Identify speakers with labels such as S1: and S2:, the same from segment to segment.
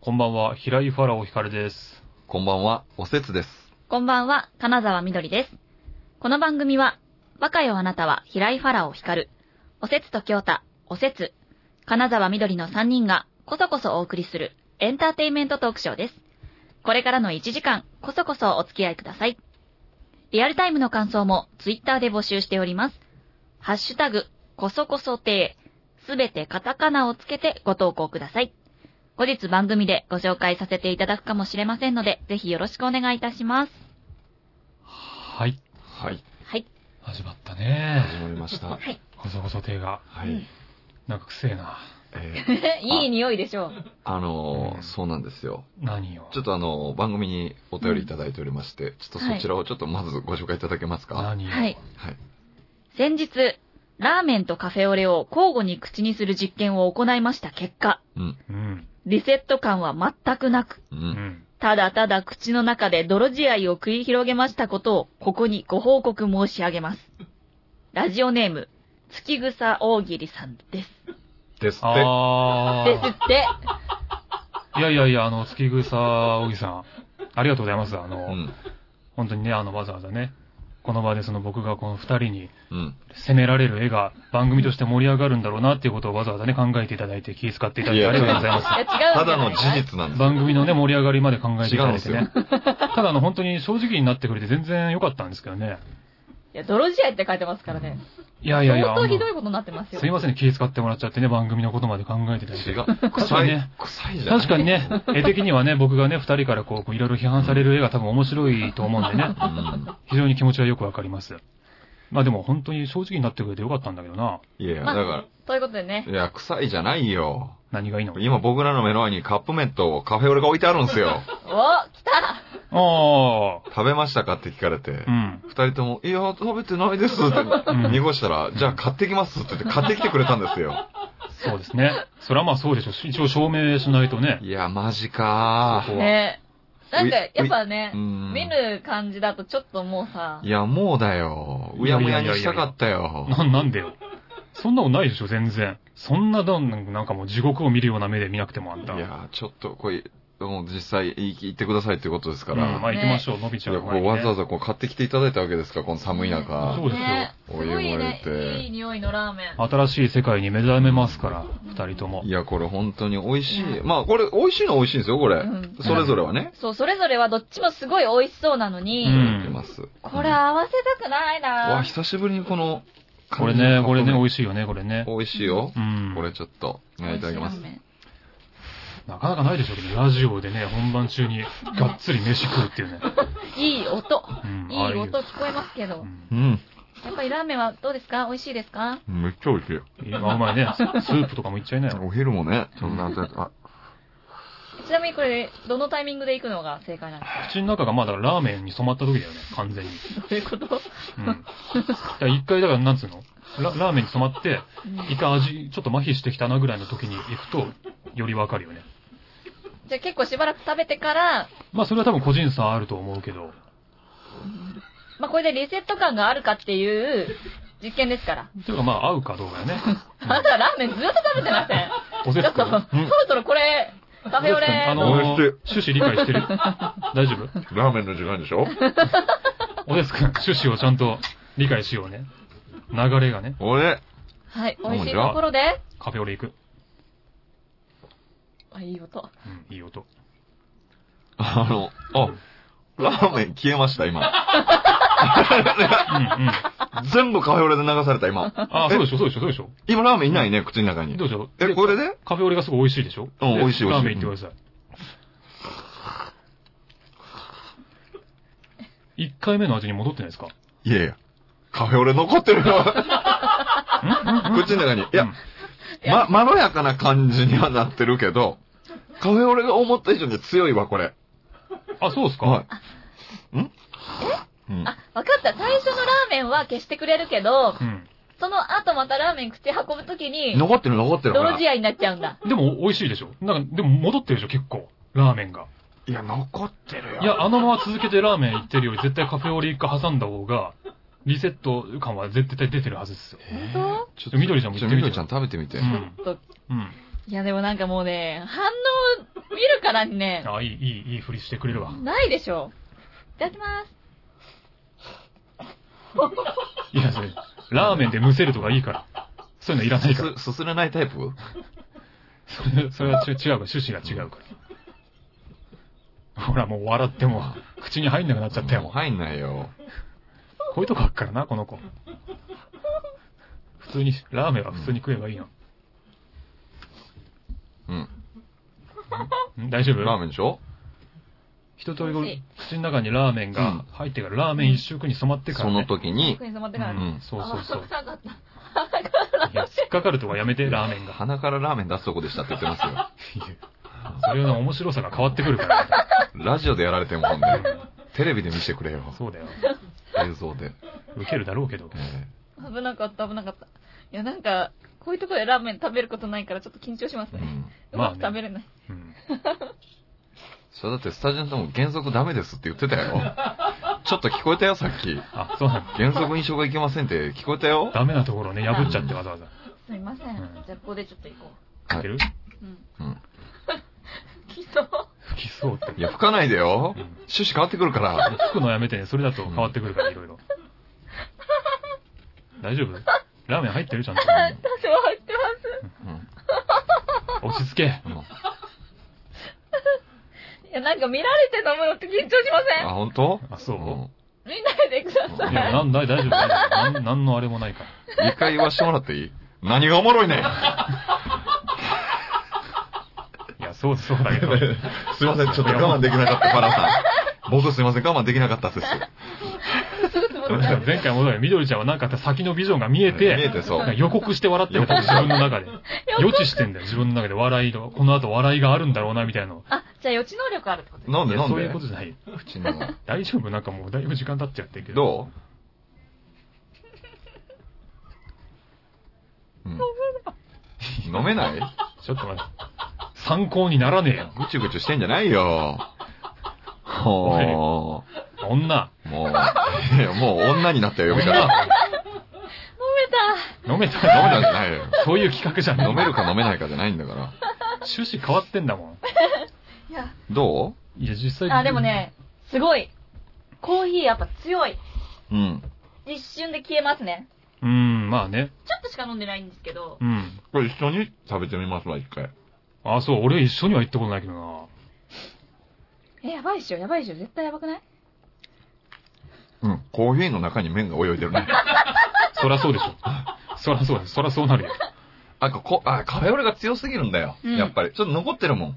S1: こんばんは、平井ファラオヒカルです。
S2: こんばんは、おせつです。
S3: こんばんは、金沢みどりです。この番組は、バカよあなたは平井ファラオ光る、おせつと京太、おせつ、金沢みどりの3人がこそこそお送りするエンターテインメントトークショーです。これからの1時間、こそこそお付き合いください。リアルタイムの感想もツイッターで募集しております。ハッシュタグ、こそこそ亭、すべてカタカナをつけてご投稿ください。後日番組でご紹介させていただくかもしれませんので、ぜひよろしくお願いいたします。
S1: はい。
S2: はい、
S3: はい。
S1: 始まった
S2: 始
S1: ね。
S2: まりま した。
S3: い。
S1: こそこそ手が。
S2: はい。
S1: なんかくせえな。
S2: え ー
S3: いい匂いでしょう。
S2: あの
S1: う
S2: ー、
S1: ん
S2: そうなんですよ。
S1: 何よ。
S2: ちょっとあのー、番組にお便りいただいておりまして、ちょっとそちらをちょっとまずご紹介いただけますかは
S1: 何よ。
S3: はい
S2: い。
S3: 先日、ラーメンとカフェオレを交互に口にする実験を行いました結果、
S2: うん、
S1: うん。
S3: リセット感は全くなく、
S2: う。
S1: うんん。
S3: ただただ口の中で泥仕合を繰り広げましたことを、ここにご報告申し上げます。ラジオネーム、月草大喜利さんです。
S2: ですって。
S1: あ
S3: ですって。
S1: ー。いやいやいや、あの、月草小木さん。ありがとうございます。あ
S2: う
S1: の、
S2: ん、
S1: 本当にね、あの、わざわざね、この場でその僕がこの二人に
S2: うん。
S1: 責められる絵が番組として盛り上がるんだろうなっていうことをわざわざね、考えていただいて気遣っていただいてありがとうございます。
S3: いや違うんじゃない
S2: ただの事実なんです。
S1: 番組のね、盛り上がりまで考えていただいて
S2: 違うん
S1: ね。 ただあの、本当に正直になってくれて全然良かったんですけどね。
S3: いや、泥仕合って書いてますからね。
S1: いやいやいや、
S3: 相当ひどいことになってま
S1: あ
S3: す
S1: の
S3: よ。
S1: すいませんね、気遣ってもらっちゃってね、番組のことまで考えていただい
S2: 違
S1: て。
S2: う。
S1: 確か
S2: 臭
S1: に
S2: い
S1: ね。
S2: 臭いじゃん。
S1: 確かに ね、絵的にはね、僕がね、二人からこうこう、いろいろ批判される絵が多分面白いと思うんでね、
S2: うん。
S1: 非常に気持ちはよくわかります。まあでも本当に正直になってくれてよかったんだけどな。
S2: いやいや、
S3: ま
S2: だ
S3: あ
S2: か
S3: ということでね
S2: ら、い。や、臭いじゃないよ。
S1: 何がいいの
S2: 今僕らの目の前にカップ麺とカフェオレが置いてあるんですよ。
S3: お来た
S1: あ
S2: 食べましたかって聞かれて。
S1: あ、うん。
S2: 二人とも、いや、食べてないですって
S1: ん
S2: 濁したら、じゃあ買ってきますって言って買ってきてくれたんですよ。
S1: そうですね。それはまあそうでしょう。一応証明しないとね。
S2: いや、マジか
S1: そこは
S3: ねなんか、
S2: うい
S3: やっぱね
S2: う、ん
S3: 見る感じだとちょっともうさ
S2: い、や、もうだよ。うやむやにしたかったよ。
S1: な、なんでよ。そんなことないでしょ、全然。そんな、どんなんかもう地獄を見るような目で見なくてもあん
S2: い
S1: た。
S2: や、ちょっと、これ、もう実際、言い言ってくださいってことですか
S1: うんま
S2: ら。
S1: あ行きましょう、のび
S2: い
S1: ちゃん
S2: や、
S1: の
S2: こ
S1: 前
S2: う
S1: にね
S2: わざわざこう買ってきていただいたわけですか、この寒い中。
S1: そうですよ
S3: ねすごいね、
S2: お湯を入れて
S3: いい匂いのラーメン。
S1: 新しい世界に目覚めますから、二人とも
S2: い。や、これ本当に美味しい。まあ、これ、美味しいのは美味しいんですよ、これ
S3: うん。
S2: それぞれはね。
S3: そう、それぞれはどっちもすごい美味しそうなのに、
S1: うん
S2: 言ってます。
S3: これ合わせたくない
S2: わ、
S3: な
S2: 久しぶりにこの、
S1: これね、これね、美
S2: 美
S1: 味しいよね、これね。
S2: 味しいよ
S1: う。ん。
S2: これちょっと、ねいただきます
S3: 美味しいラー。メン
S1: なかなかないでしょうけど、ラジオでね、本番中に、がっつり飯食うっていうね。
S3: いい音。
S1: うん、
S3: い
S1: ああ
S3: いう音聞こえますけど
S1: う。ん
S2: うん。
S3: やっぱりラーメンはどうですか美味しいですか
S2: めっちゃ美味しい。
S1: いやまあ、うまいね。ススープとかもいっちゃいなよ。
S2: お昼もね、
S1: ちょっとなん
S2: あ、
S3: ちなみにこれ、どのタイミングで行くのが正解なんで
S1: 口の中がまあだからラーメンに染まった時だよね、完全に。
S3: すかどういうこと
S1: うん。だから一回だから、なんつうのララーメンに染まって、一回味、ちょっと麻痺してきたなぐらいの時に行くと、よりわかるよね。
S3: じゃあ結構しばらく食べてから、
S1: まあそれは多分個人差あると思うけど、
S3: まあこれでリセット感があるかっていう実験ですから。
S1: というかまあ合うかどうかよ ね。
S3: あなたラーメンずっと食べてません
S1: おせ
S3: ちょ
S1: つ
S3: っと、
S1: くん。
S3: そろそろこれ、カフェオレ
S1: あ
S3: の、
S1: の
S2: 美味し
S1: 趣旨
S2: い
S1: 理解 してる大丈夫
S2: ラーメンの時間でしょ
S1: おですくん、趣旨をちゃんと理解しようね。流れがね、
S2: 俺、
S3: はい、美味しいところで、
S1: カフェオレ行く。
S3: あ、いい音。
S1: うん、いい音。
S2: あの、あ、ラーメン消えました、今。
S1: うん、うん。
S2: 全部カフェオレで流された、今。
S1: ああ、そうでしょ、そうでしょ、そうでしょ。
S2: 今ラーメンいないね、口の中に
S1: ど。うでしょ
S2: え、これで
S1: カフェオレがすごい美味しいでしょ
S2: うん
S1: で
S2: 美味しい美味しい
S1: ラーメン行ってください。一回目の味に戻ってないですか
S2: いやいや。カフェオレ残ってる よ。口の中に。いや、ま、まろやかな感じにはなってるけど、カフェオレが思った以上に強いわ、これ。
S1: あ、そうですか
S2: はい。んうん。
S3: あ、わかった。最初のラーメンは消してくれるけど、
S1: うん。
S3: その後またラーメン口運ぶときに、
S2: 残ってる、残ってる。ほら
S3: 泥仕合になっちゃうんだ。
S1: でも美味しいでしょなんか、でも戻ってるでしょ結構。ラーメンが。
S2: いや、残ってるよ。
S1: いや、あのまま続けてラーメン行ってるより絶対カフェオレ一回挟んだ方が、リセット感は絶対出てるはずですよ。
S2: えー
S3: 本
S2: ち
S1: 緑ちゃんも
S2: ち
S1: 言
S2: ょ
S1: っ
S2: っ
S1: みて
S2: てと緑ちゃん食べてみて
S1: う。ん。
S3: ちょっと、
S1: うん。
S3: いや、でもなんかもうね、反応見るからにね、
S1: あ、いい、いい、いい振りしてくれるわ。
S3: ないでしょ。いただきます。
S1: いや、それ、ラーメンでむせるとかいいから。そういうのいらないから。
S2: すすすれないタイプ
S1: それ それはち違うから、趣旨が違うから。ほ ら、もう笑っても、口に入んなくなっちゃったよ、
S2: も
S1: も
S2: う
S1: う。
S2: 入んないよ。
S1: こういうとこあっからな、この子。普通に、ラーメンは普通に食えばいいや
S2: うん。
S1: ん。ん大丈夫
S2: ラーメンでしょ
S1: 一通りこう、口の中にラーメンが入ってから、ラーメン一色に染まってから、
S2: そ
S1: ね。
S2: の時に
S3: 奥、に染まって
S1: う
S3: からね。
S1: ん、そうそう そう。
S3: あ、かった。
S1: いや、突っかかるとかやめて、ラーメンが。
S2: 鼻からラーメン出すとこでしたって言ってますよ。
S1: いやそれは面白さが変わってくる から。
S2: ラジオでやられてもほんで、テレビで見せてくれよ。
S1: そうだよ。
S2: 映像で。
S1: ウケるだろうけど。
S2: え
S3: 危なかった、危なかった。いや、なんか、こういうところでラーメン食べることないからちょっと緊張します
S2: えう
S3: ね。
S2: ん。
S3: う
S1: まあ
S3: ま
S1: ね
S3: く食べれない。
S1: うん。
S2: それだってスタジオの人も原則ダメですって言ってたよ。ちょっと聞こえたよ、さっき。
S1: あ、そうなんだ。
S2: 原則印象がいけませんって聞こえたよ。
S1: ダメなところね、破っちゃってわざわざ。
S3: すいません。
S1: うん
S3: じゃあ、ここでちょっと行こ
S1: かける
S3: う。うん。
S2: うん。
S3: きそう。
S1: 吹きそうって。
S2: いや、吹かないでよ
S1: うん。
S2: 趣旨変わってくるから。
S1: 吹くのやめてね、それだと変わってくるから、いろいろ。大丈夫ラーメン入ってるちゃんと。
S3: 私は入ってま
S2: うん。
S1: 落ち着け。
S2: うん
S3: す。いや、なんか見られて飲むのって緊張しま せ
S2: あ、
S3: ん
S2: 本当
S1: あそうん
S3: 見ないでくださ
S1: い
S3: い。
S1: や、なんだい、大丈夫。大丈夫なん、なんのあれもないから。
S2: 一回言わしてもらっていい何がおもろいねん
S1: いや、そう、そうだけど。
S2: すいません、ちょっと我慢できなかった、パラ さん。僕すいません、我慢できなかったです。
S3: すぐつぼ
S1: そう
S3: っち
S1: だ
S3: ゃ
S1: よ
S3: う。
S1: 前回もそうだよ。緑ちゃんはなんかあった先のビジョンが見えて、
S2: 見えてそう
S1: なんか予告して笑ってるから、自分の中で。予知してんだよ、自分の中で笑いの。この後笑いがあるんだろうな、みたいなの。
S3: あ、じゃあ予知能力あるってことです
S2: なん
S1: い
S2: で
S1: や
S2: なん
S1: そうい
S2: で
S1: うことじゃない。
S2: 口の。
S1: 大丈夫なんかもうだいぶ時間経っちゃってるけど。
S2: どう、うん、飲めない
S1: ちょっと待って。参考にならねえよ。
S2: ぐちゅぐちゅしてんじゃないよ。ほ
S1: 女。
S2: う。もう、いやもう女になったよ、呼 び方。飲め
S1: 女。
S3: 飲
S1: 飲めた
S2: た
S1: ら
S2: ん
S1: 飲
S2: じ
S1: め
S2: ゃないよ。
S1: た。そういう企画じゃん。
S2: 飲める。か飲めないかじゃないんだから。
S1: 趣旨変わってんだ も
S3: めた。いや、
S2: ど
S1: ん。いや、実際
S3: あ、でも。ね、すごい。コーヒーやっぱ強い。
S2: ううん。
S3: 一瞬で消えますね。
S1: うん、まあね。
S3: ちょっとしか飲んでないんですけど
S1: う。ん。
S2: これ一緒に食べてみますわ、一回。
S1: あ、そう、俺一緒には行ったことないけどな。
S3: え、やばいっしょ、やばいっしょ。絶対やばくない
S2: うん。コーヒーの中に麺が泳いでるね。
S1: そらそうでしょ。 そらそうだそらそうなるよ。
S2: あ、こ、あ、カフェオレが強すぎるんだよ。
S3: うん
S2: やっぱり。ちょっと残ってるもん。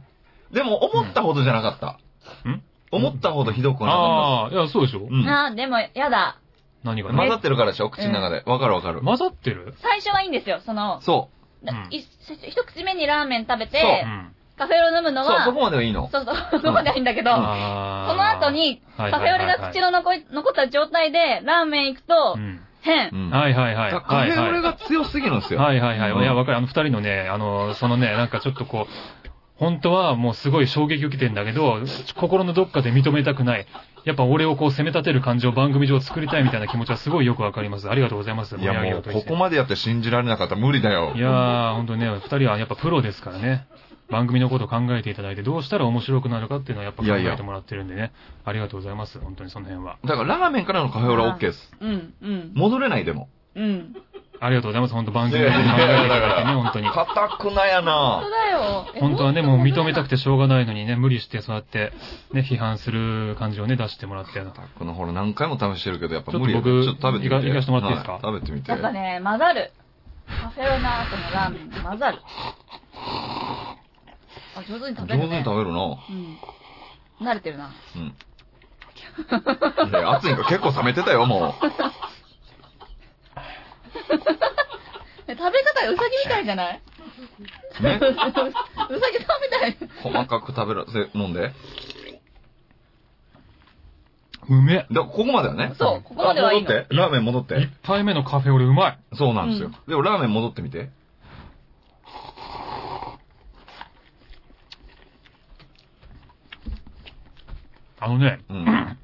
S2: でも、思ったほどじゃなかった。
S1: うん
S2: 思ったほどひどくはなかっ
S1: ああ、いや、そうでしょ
S2: た。。うん。
S3: あー、でも、やだ。
S1: 何が
S2: 混ざってるからでしょ、口の中で。わかるわかる。
S1: 混ざってる
S3: 最初はいいんですよ、その、
S2: そ
S1: うん
S3: い一口目にラーメン食
S2: そう
S3: べ
S1: う
S3: て、
S1: ん。
S3: カフェオレ飲む
S2: う。
S3: の
S2: そう、
S3: は、
S2: そこまではいいの。
S3: そうそう、飲まないんだけど、こ
S1: あー
S3: の後、に、
S1: は
S3: カ
S1: い
S3: フ
S1: はい
S3: ェ
S1: は
S3: オ
S1: い
S3: レ
S1: はい
S3: が口の残り残った状態で、ラーメン行くと
S1: う、ん。
S3: 変
S2: う。ん。
S1: はいはいはい。
S2: だから
S1: はい
S2: カフェオ
S1: は
S2: レ
S1: い
S2: が強すぎるんですよ。
S1: はいはいはい。
S2: うん
S1: いや、わかる。あの、二人のね、あの、そのね、なんかちょっとこう、本当はもうすごい衝撃を受けてんだけど、心のどっかで認めたくない。やっぱ俺をこう責め立てる感情を番組上作りたいみたいな気持ちはすごいよくわかります。ありがとうございます。
S2: いや、
S1: 盛り上げよ
S2: もう、こ
S1: うとして
S2: こまでやって信じられなかったら無理だよ
S1: い。やー、ほんとね、二人はやっぱプロですからね。番組のことを考えていただいて、どうしたら面白くなるかっていうのはやっぱ考
S2: いや
S1: え
S2: い
S1: て
S2: や
S1: もらってるんでね。ありがとうございます。本当にその辺は。
S2: だから、ラーメンからのカフェオレは OK です。
S3: うん、うん、
S2: 戻れないでも。
S3: うん。
S1: ありがとうございます。本当番組のことを考えていただいてね、本当に。
S2: かたくなや
S3: 本当
S2: な
S3: だよ。え
S1: 本当はね、もう認めたくてしょうがないのにね、無理してそうやって、ね、批判する感じをね、出してもらって。ちょっ
S2: かたくのほら何回も試してるけど、やっぱ
S1: ちょっと
S2: 無理よ
S1: 僕
S2: ちょっと食べてみて。
S1: いかいかしてもらっていいですか
S2: は食べてみて。
S3: やっぱね、混ざる。カフェオレの後のラーメンと混ざる。あ、上手
S2: 上
S3: に食べる
S2: 手に
S3: ね。
S2: 食べるな。
S3: うん。慣れてるな。
S2: うん。いや、熱いんか結構冷めてたよ、も。
S3: え食べ方がウサギみたいじゃないう
S2: ね
S3: ウ。サギさんみたい。
S2: 細かく食べらせ、飲んで。
S1: うめえ。
S2: で、ここまではね。
S3: そうここまではいいの
S2: あ戻って、ラーメン戻っ
S1: 一
S2: て。
S1: 杯目のカフェオレうまい。
S2: そうなんですよ。
S3: うん
S2: でもラーメン戻ってみて。
S1: あのね、
S2: うん。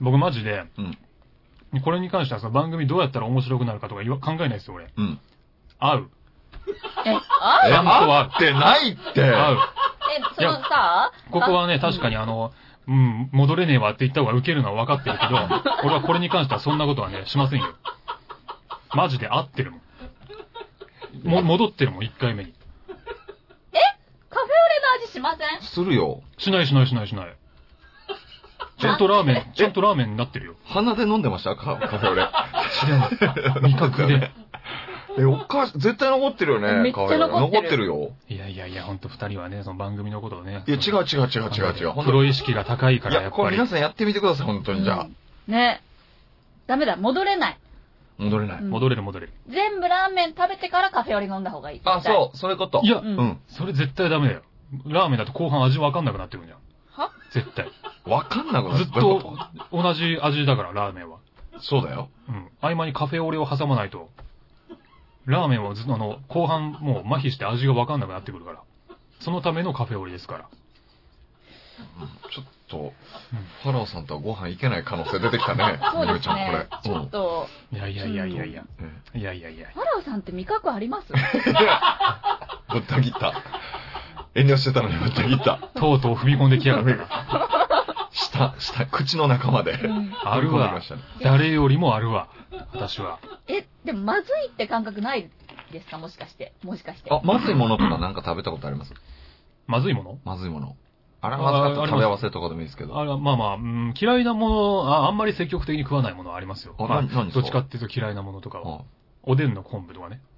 S1: 僕マジで、
S2: うん。
S1: これに関してはさ、番組どうやったら面白くなるかとか言わ考えないですよ、俺。
S2: うん。
S1: 合う。
S3: え、あ
S1: ちゃんと
S2: 合
S1: は
S2: ってないって。
S1: 合う。
S3: え、そのさ、
S1: ここはね、確かにあの、うん、戻れねえわって言った方がウケるのは分かってる けど、俺はこれに関してはそんなことはね、しませんよ。マジで合ってるもん。も、戻ってるもん、一回目に。
S3: カフェオレの味しません
S2: するよ。
S1: しないしないしないしない。ちゃんとラーメン、ちゃんとラーメンになってるよ。
S2: 鼻で飲んでましたカカフェオレ。
S1: 知らない。 味覚で。
S2: え、おかし、絶対残ってるよね。
S3: めっちゃ残ってる
S2: カフェオレ残ってるよ。
S1: いやいやいや、ほんと二人はね、その番組のことをね。
S2: いや、違う違う違う違う違う。
S1: プロ意識が高いか
S2: い
S1: ら、や
S2: や、
S1: っ
S2: こ
S1: ぱり。
S2: れ皆さんやってみてください、本当に。じゃあ。
S3: うんね。ダメだ、戻れない。
S2: 戻れない。
S3: うん
S1: 戻れる戻れる。
S3: 全部ラーメン食べてからカフェオレ飲んだ方がいい。
S2: あ、そう、そういうこと。
S1: いや
S2: う
S3: うん
S2: ん。
S1: それ絶対ダメだよ。ラーメンだと後半味わかんなくなってくるじゃん。
S3: は
S1: 絶対。
S2: わかんなくなる
S1: ずっと同じ味だから、ラーメンは。
S2: そうだよ。
S1: うん。合間にカフェオレを挟まないと、ラーメンはずっとあの、後半もう麻痺して味がわかんなくなってくるから。そのためのカフェオレですから。
S2: ちょっと、ファラオさんとはご飯行けない可能性出てきたね。
S3: そう
S2: み
S3: で
S2: ゆ
S3: す
S2: ちゃん、こ
S3: ね
S2: れ。。
S3: ちょっと、
S1: いやいやいやいやいや。
S2: うん。うん
S1: いやいやいや。
S3: ファラオさんって味覚あります
S2: ぶった切った。遠慮してたのにぶった切った。
S1: とうとう踏み込んできやがった。
S2: 下、下、口の中まで。
S3: うん
S1: ある
S2: 飛び込んできま
S1: わ
S2: し。たね
S1: 誰よりもあるわ。私は。
S3: え、でもまずいって感覚ないですかもしかして。もしかして。
S2: あ、まずいものとかなんか食べたことあります
S1: まずいもの
S2: まずいもの。あら、まずかった
S1: あありま
S2: ら
S1: す
S2: 食べ合わせとかでもいいですけど。
S1: あらまあまあ、うん、嫌いなものあ、あんまり積極的に食わないものはありますよ。
S2: あ
S1: まあ
S2: 何何です
S1: ど
S2: か
S1: っちかっていうと嫌いなものとかは。
S2: あ
S1: おでんの昆布とかね。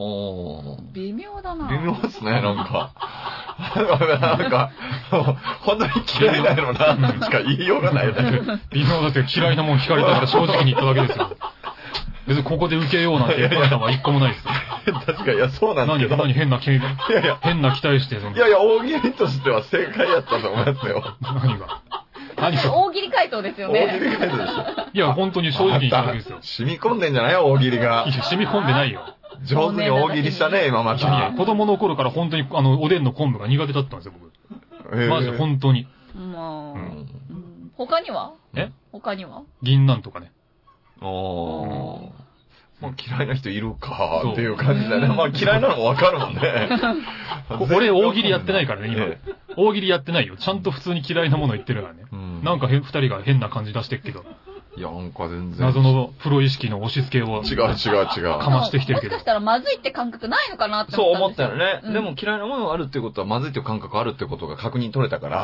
S2: おー。
S3: 微妙だな。
S2: 微妙ですね、なんか。なんか、本当に嫌いなのな、しか言いようがないね。
S1: 微妙だって嫌いなもん聞かれたから正直に言っただけですよ。別にここで受けようなんて判断は一個もないですよ。
S2: 確かに、いや、そうなんです
S1: 何、
S2: けど。
S1: 何
S2: い
S1: 変な期、
S2: やいや、
S1: 変な期待してるの
S2: いやいや、大喜利としては正解やったと思いますよ。
S1: 何が。何が。
S3: 大喜利回答ですよ
S2: 大喜
S3: ね。
S2: 利解答でしょ。
S1: いや、本当に正直に言っただけですよ
S2: ま。た染み込んでんじゃない大喜利が
S1: い。や、染み込んでないよ。
S2: 上手に大喜利したね、今ま
S1: いやい
S2: た
S1: や、。子供の頃から本当に、あの、おでんの昆布が苦手だったんですよ、
S2: え
S1: 僕。
S2: ー
S1: マジで本当に。
S3: も
S2: う
S3: う、
S2: ん
S3: うん他には
S1: え
S3: 他には
S1: 銀杏とかね。
S2: おー。もう嫌いな人いるかっていう感じだね。
S3: そう
S2: まあ嫌いなのもわかるもんね
S1: こ。 俺大喜利やってないからね、今
S2: ええ。
S1: 大喜利やってないよ。ちゃんと普通に嫌いなもの言ってるからね。
S2: うん
S1: なんかへん二人が変な感じ出してっけど、
S2: いや、なんか全然。
S1: 謎のプロ意識の押し付けを。
S2: 違う違う違
S1: か
S2: う。
S1: ましてきてるけど
S3: もしかしたらまずいって感覚ないのかなって
S2: そう思
S3: 思っ
S2: ったた
S3: ん
S2: よ
S3: で
S2: ね。
S3: すよ。うん
S2: でも嫌いなものがあるってことは、まずいっていう感覚があるってことが確認取れたから、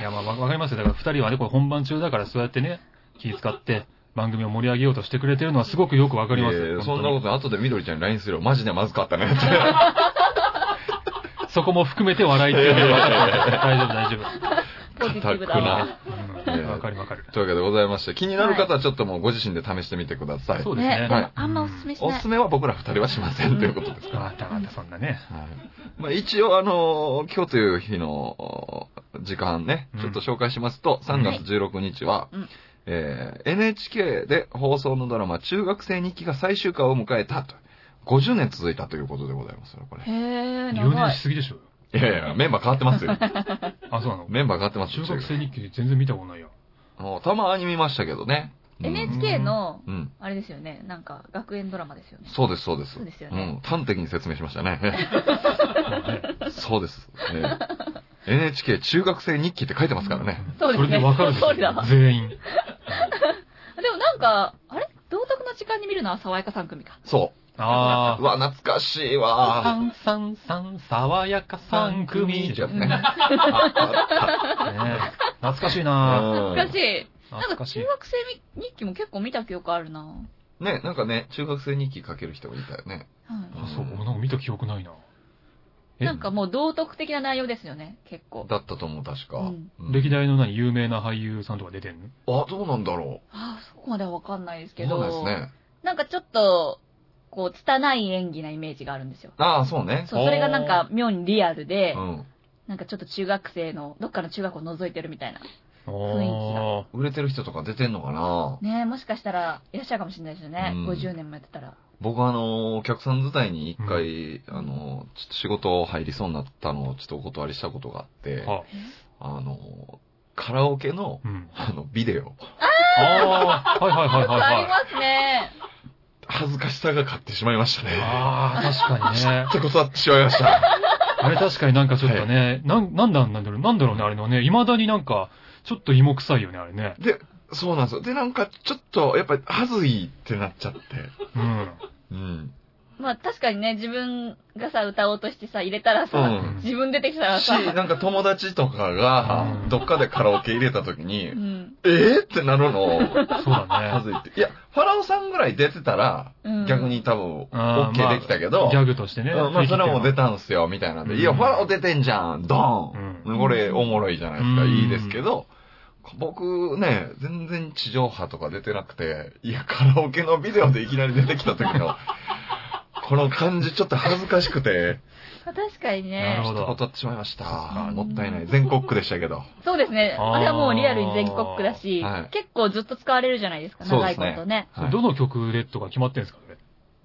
S1: いや、まあわわかりますよ。だから二人はね、これ本番中だからそうやってね、気遣って番組を盛り上げようとしてくれてるのはすごくよくわ
S2: う
S1: かりますよ
S2: いやいやそ
S1: 本
S2: ん
S1: 当
S2: な
S1: に
S2: こと後で緑ちゃんに LINE するよ。マジでまずかったねって。
S1: そこも含めて笑いっていうの は大丈夫、大丈
S3: ポジティブだ
S2: かたく
S3: わ
S2: な。
S1: 夫。うんわかるわかる。
S2: というわけでございまして、気になる方はちょっともうご自身で試してみてください。
S1: そうですね
S3: ね、。で
S2: は
S3: も
S2: い
S3: あんまおすすめし
S2: お
S3: な
S2: す
S3: い
S2: す。めは僕ら二人はしませんということですから。
S1: わかったわかった、そんなね。
S2: はいまあ、一応、あのー今日という日のお時間ね
S1: う、ん
S2: ちょっと紹介しますと、3月16日は、
S3: うん
S2: えー NHK で放送のドラマ、中学生日記が最終回を迎えたと。50年続いたということでございますよ、これ。
S3: へー、
S1: 留年
S3: 長い
S1: し。すぎでしょ。
S2: いやいや、メンバー変わってます よ。
S1: あ、そうなの
S2: メンバー変わってます
S1: 中
S2: よ。
S1: 学生日記全然見たことないよ。
S2: もうたまに見ましたけどね。うん
S3: NHK の、
S2: うん。
S3: あれですよね、なんか学園ドラマですよね。
S2: そうです、そうです。
S3: そうですよ
S2: う
S3: ね
S2: ん。端的に説明しましたね。
S1: ね
S2: そうです。ね NHK 中学生日記って書いてますからね。
S3: そうですね
S1: れでわかるでしょ
S3: その通りだわ
S1: 全員。
S3: でもなんか、あれ道徳の時間に見るのは爽やかさん組か。
S2: そう。
S1: あ
S2: うわ、懐かしいわ。
S1: あ。三三三、爽やか三組。
S2: じゃ
S1: ね
S2: んね。
S1: 懐かしいな
S3: 懐かしい。なん
S1: 懐
S3: か
S1: かし
S3: 中
S1: い。
S3: 学生日記も結構見た記憶あるな。
S2: ね、なんかね、中学生日記書ける人もいたよね。
S3: はい
S1: あ、そう、俺なんか見た記憶ないな。え
S3: なんかもう道徳的な内容ですよね、結構。
S2: だったと思う、確か。
S3: うん
S2: うん
S1: 歴代の何、有名な俳優さんとか出てんの
S2: あ、どうなんだろ
S3: ああ、そこまではわかんないです
S2: う。
S3: け
S2: そう
S3: ど。
S2: なんですね。
S3: なんかちょっと、こう、拙い演技なイメージがあるんですよ。
S2: ああ、そうね。
S3: そう、それがなんか妙にリアルで、
S2: うん。
S3: なんかちょっと中学生の、どっかの中学校を覗いてるみたいな。
S1: あ
S2: 売れてる人とか出てんのかな
S3: ねえ、もしかしたらいらっしゃるかもしれないですよね。
S2: うん
S3: 50年もやってたら。
S2: 僕あの、お客さん伝体に一回、あの、ちょっと仕事入りそうになったのをちょっとお断りしたことがあって、
S1: あ。あ、
S2: あの、カラオケの、
S1: うん。
S2: あの、ビデオ。
S1: ああ、はいはいはい
S3: あ
S1: はいは
S3: り
S1: い。
S3: ますね。
S2: 恥ずかしさが勝ってしまいましたね。
S1: ああ、確かにね。
S2: ちょっと座ってしまいました。
S1: あれ確かになんかちょっとね、なん、なんだなんだろう、なんだろうね、あれのね、未だになんか、ちょっと芋臭いよね、あれね。
S2: で、そうなんですよ。で、なんか、ちょっと、やっぱり、恥ずいってなっちゃって。
S1: うん。
S2: うん。
S4: まあ確かにね、自分がさ、歌おうとしてさ、入れたら
S2: う
S4: さ、
S2: ん。
S4: 自分出てきたら
S2: し、
S4: さ、
S2: なんか友達とかが
S1: う、ん
S2: どっかでカラオケ入れた時に
S4: う、ん。
S2: えぇ、ってなるの、
S1: そうだ
S2: 恥
S1: ね。
S2: ずいって。いや、ファラオさんぐらい出てたら、
S4: うん
S2: 逆に多分、
S1: あー
S2: OK できたけど、
S1: ギャグとしてね。
S2: うんまあ、それはもう出
S1: た。
S2: たんすよ、みたいなん
S1: う
S2: で。
S1: ん
S2: いや、ファラオ出てんじゃん、ドー
S4: うん
S2: ンこれ、おもろいじゃないですか、
S1: うん
S2: いいですけど、僕ね、全然地上波とか出てなくて、いや、カラオケのビデオでいきなり出てきた時の、この感じちょっと恥ずかしくて、
S4: まあ確かに
S1: なる
S4: ね
S1: ほ、ど
S2: 断ってしまいました
S4: う。ん
S2: もったいない。全国区でしたけど。
S4: そうですね、
S1: あー
S4: あれはもうリアルに全国区だし、
S2: はい
S4: 結構ずっと使われるじゃないですか、
S2: そう
S4: 長
S2: で
S4: い
S2: す
S4: こ
S2: ね
S4: とね。
S2: はい
S1: どの曲でとか決まってんすか、それ。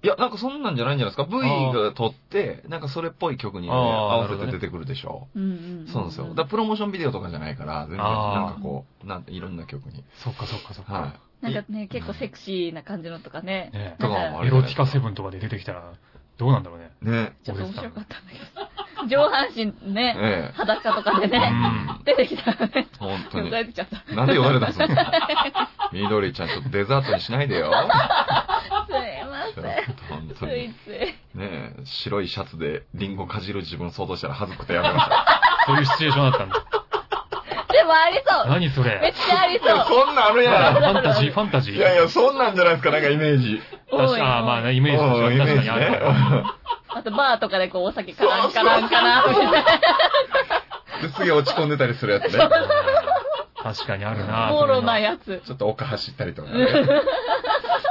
S2: いや、なんかそんなんじゃないんじゃないですか。V
S1: あー
S2: が撮って、なんかそれっぽい曲にね
S1: あー
S2: 合わせ
S1: なるほど
S2: て
S1: ね
S2: 出てくるでしょ。
S4: うんうんうん。
S2: そうなんですよ。だからプロモーションビデオとかじゃないから、全然、
S1: あー
S2: なんかこう、なんいろんな曲に。
S1: そっかそっかそっか。
S2: は
S4: なんかね、結構セクシーな感じのとかね。
S1: ね
S2: とか
S4: なん
S2: もあ
S1: エ
S2: る
S1: ロティカセブンとかで出てきたら、どうなんだろうね。
S2: い。ね。
S4: ちょっと面白かったんだけど。上半身ね、
S2: ええ。
S4: 裸とかで
S1: う
S4: ね、
S1: ん。
S4: 出てきたらね、
S2: 本当
S4: 呼
S2: に
S4: ば。れてきちゃった。
S2: なんで呼ばれたんす か緑ちゃん、ちょっとデザートにしないで よ。
S4: すいま
S2: ち
S4: せ
S2: ょっ
S4: ん。
S2: と本当
S4: つい
S2: に。
S4: つい。
S2: ねえ、白いシャツでリンゴかじる自分想像したら恥ずくてやめました。
S1: そういうシチュエーションだったんだ。
S4: でもありそう
S1: 何そ
S4: めっ
S1: れ。
S4: ちゃありそう
S2: そんなんある
S1: フ
S2: や
S1: ァンタジー、ファンタジー。
S2: ん。いやいや、そんなんじゃないですか、なんかイメージ。
S1: 確か
S4: 多い
S1: ああ、まあね、イメージと
S2: うん
S1: して
S2: イ
S1: は
S2: メ
S1: 確
S2: ー
S1: か
S2: ジ
S1: にあるから。
S2: ね。
S4: あとバーとかでこうお酒カランカランカランみたいな。
S2: ですげえ落ち込んでたりするやつね。
S1: 確かにあるな
S4: ボロな
S1: や。
S4: やつ。
S2: ちょっと丘走ったりとかね。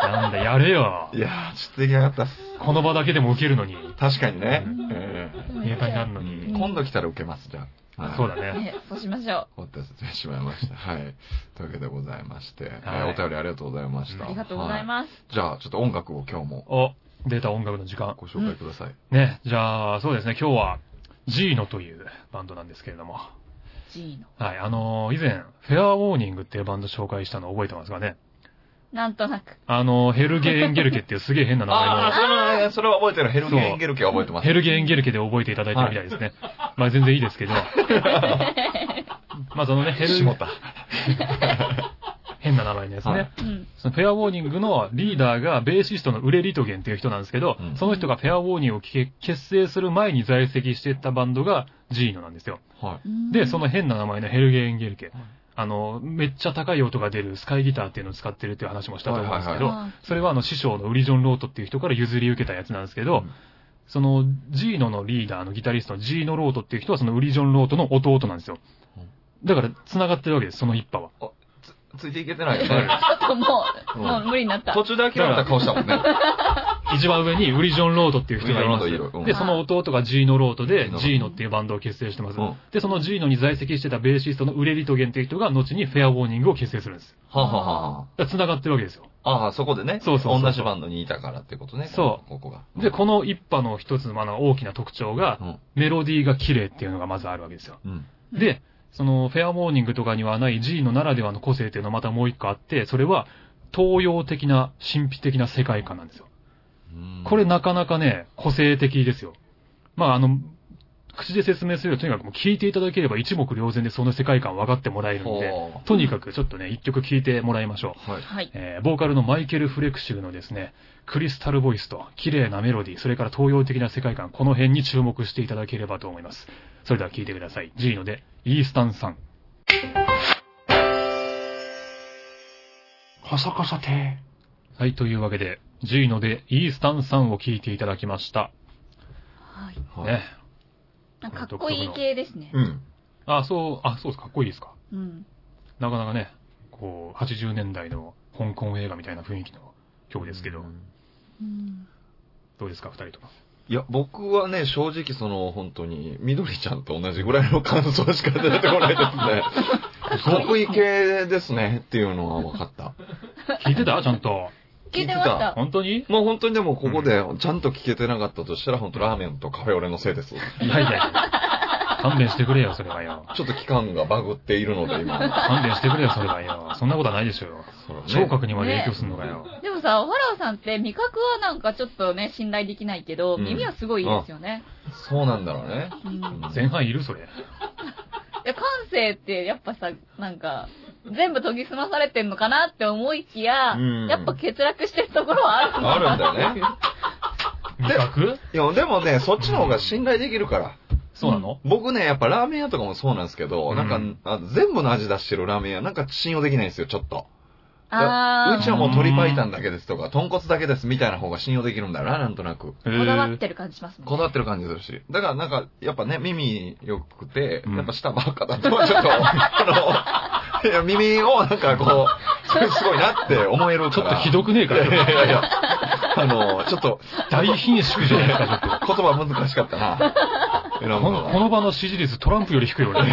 S1: なんだ、やれよ
S2: い。やー、ちょっとできなかったっす。
S1: この場だけでも受けるのに、
S2: 確かにね。
S1: うん
S2: ええ
S1: ネタになるの
S2: うん
S1: に。
S2: 今度来たら受けます、じゃあ。はい
S1: そうだね。
S4: ねそうしましょ
S2: お手伝いしまいま した。はい。というわけでございまして、え
S1: は
S2: ー
S1: い
S2: お便りありがとうございまし
S4: う。
S2: た。
S4: ありがとうございます。
S2: す。じゃあ、ちょっと音楽を今日も
S1: お、出た音楽の時間。
S2: ご紹介ください。
S1: ね、じゃあ、そうですね、今日は、ジーノというバンドなんですけれども。
S4: G の。
S1: はい、あのー以前、フェアウォーニングっていうバンド紹介したの覚えてますかね
S4: なんとなく。
S1: あのーヘルゲエンゲルケっていうすげえ変な名前
S2: あー、それは、それは覚えてる。ヘルゲンゲルケは覚えて
S1: の、
S2: ます。
S1: ヘルゲエンゲルケで覚えていただいたみたいですね。まあ全然いいですけ ど。まあそのね、ヘル、
S2: 下田
S1: 変な名前のやつね。
S2: はい
S4: うん。
S1: そのフェアウォーニングのリーダーがベーシストのウレ・リトゲンっていう人なんですけど、
S2: うん
S1: その人がフェアウォーニングをけ結成する前に在籍してたバンドがジーノなんですよ。
S2: は
S1: で、その変な名前のヘルゲ・エンゲルケ
S2: はい。
S1: あの、めっちゃ高い音が出るスカイギターっていうのを使ってるっていう話もしたと思うんですけ
S2: はい
S1: ど、
S4: あ
S1: それはあの師匠のウリジョン・ロートっていう人から譲り受けたやつなんですけど、
S2: うん
S1: そのジーノのリーダーのギタリストのジーノ・ロートっていう人はそのウリジョン・ロートの弟なんですよ
S2: うん。
S1: だから繋がってるわけです、その一派は。
S2: い。ついていけてないよ
S1: は
S2: ね
S1: い。
S4: ーちょっともう、
S2: うん
S4: もう無理になった。
S2: 途中で諦めた顔したもんね。
S1: 一番上にウリジョン・ロードっていう人がいます。
S2: ウリジョンロードいるうん
S1: で、その弟がジーノ・ロードで
S2: ジー、ノ
S1: ジーノっていうバンドを結成してます。
S2: うんは
S1: で、そのジーノに在籍してたベーシストのウレリトゲンっていう人が、後にフェアウォーニングを結成するんです。
S2: あはあは
S1: だから繋がってるわけですよ。
S2: あ。ああ、そこでね。
S1: そうそうそう
S2: 同じバンドにいたからってことね。。
S1: そう
S2: ここが。
S1: で、この一派の一つのまあの大きな特徴が、
S2: うん。
S1: メロディーが綺麗っていうのがまずあるわけですよ。
S2: うん。
S1: で、そのフェアウォーニングとかにはないジーノならではの個性っていうのはまたもう一個あって、それは東洋的な神秘的な世界観なんですよ。
S2: うん
S1: これ、なかなかね、個性的ですよ。まあ、あの、口で説明するよりとにかくもう聞いていただければ一目瞭然でその世界観分かってもらえるんで、
S2: ほ
S1: とにかくちょっとね、一曲聞いてもらいましょう。
S2: うはい。
S4: はい。
S1: えーボーカルのマイケル・フレクシブのですね、クリスタルボイスと綺麗なメロディー、それから東洋的な世界観、この辺に注目していただければと思います。それでは聞いてください。G ので、イースタンさん。
S3: こそこそて。
S1: はい、というわけで、G ので、イースタンさんを聞いていただきました。
S4: はい。
S2: はい
S1: ね。
S4: なんかかっこいい系ですね。
S2: うん。
S1: あ、そう、あ、そうです。かっこいいですか
S4: うん。
S1: なかなかね、こう、80年代の香港映画みたいな雰囲気の曲ですけど、
S2: うん
S4: うん
S1: どうですか、二人とも。
S2: いや、僕はね、正直その、本当に、緑ちゃんと同じぐらいの感想しか出てこないで すね。得意系ですねっていうのは分かった。
S1: 聞いてたちゃんと。
S4: 聞いてました。
S1: 本当に
S2: もう本当にでもここで、ちゃんと聞けてなかったとしたら、本当ラーメンとカフェオレのせいです。
S1: いやいや。勘弁してくれよ、それはよ。
S2: ちょっと期間がバグっているので、 今。
S1: 勘弁してくれよ、それはよ。そんなことはないでしょうよ。
S2: そのね
S1: 聴覚にまで影響するのかよ。
S3: でもさ、ファラオさんって味覚はなんかちょっとね、信頼できないけど、
S2: うん
S3: 耳はすごいいいですよね。
S2: そうなんだろうね。
S3: うん。い
S1: 前半いるそれ。
S3: や、感性ってやっぱさ、なんか、全部研ぎ澄まされてんのかなって思いきや、
S2: うん
S3: やっぱ欠落してるところはあるんだな
S2: あるんだよ
S1: 味覚
S2: いや、でもね、そっちの方が信頼できるから。
S1: そうなの
S2: 僕ね、やっぱラーメン屋とかもそうなんですけど、
S1: うん
S2: なんかあ、全部の味出してるラーメン屋、なんか信用できないんですよ、ちょっと。
S3: あー
S2: うちはもう鶏白湯だけですとか、豚骨だけですみたいな方が信用できるんだな、なんとなく。
S1: へー
S3: こだわってる感じしますもんね
S2: こだわってる感じするし。だからなんか、やっぱね、耳良くて、
S1: うん
S2: やっぱ舌ばっかだと、ちょ っと、あの、いや、耳をなんか こう、すごいなって思える
S1: ち
S2: か
S1: ょっと
S2: ら。
S1: ひどくねえ
S2: い
S1: か
S2: やいやいやい
S1: よ。
S2: や、あの、ちょっと、
S1: 大貧縮じゃないですか、ちょっと。
S2: 言葉難しかっ たな。選ぶ
S1: このこ
S2: の
S1: の場の支持率トランプより低いよね。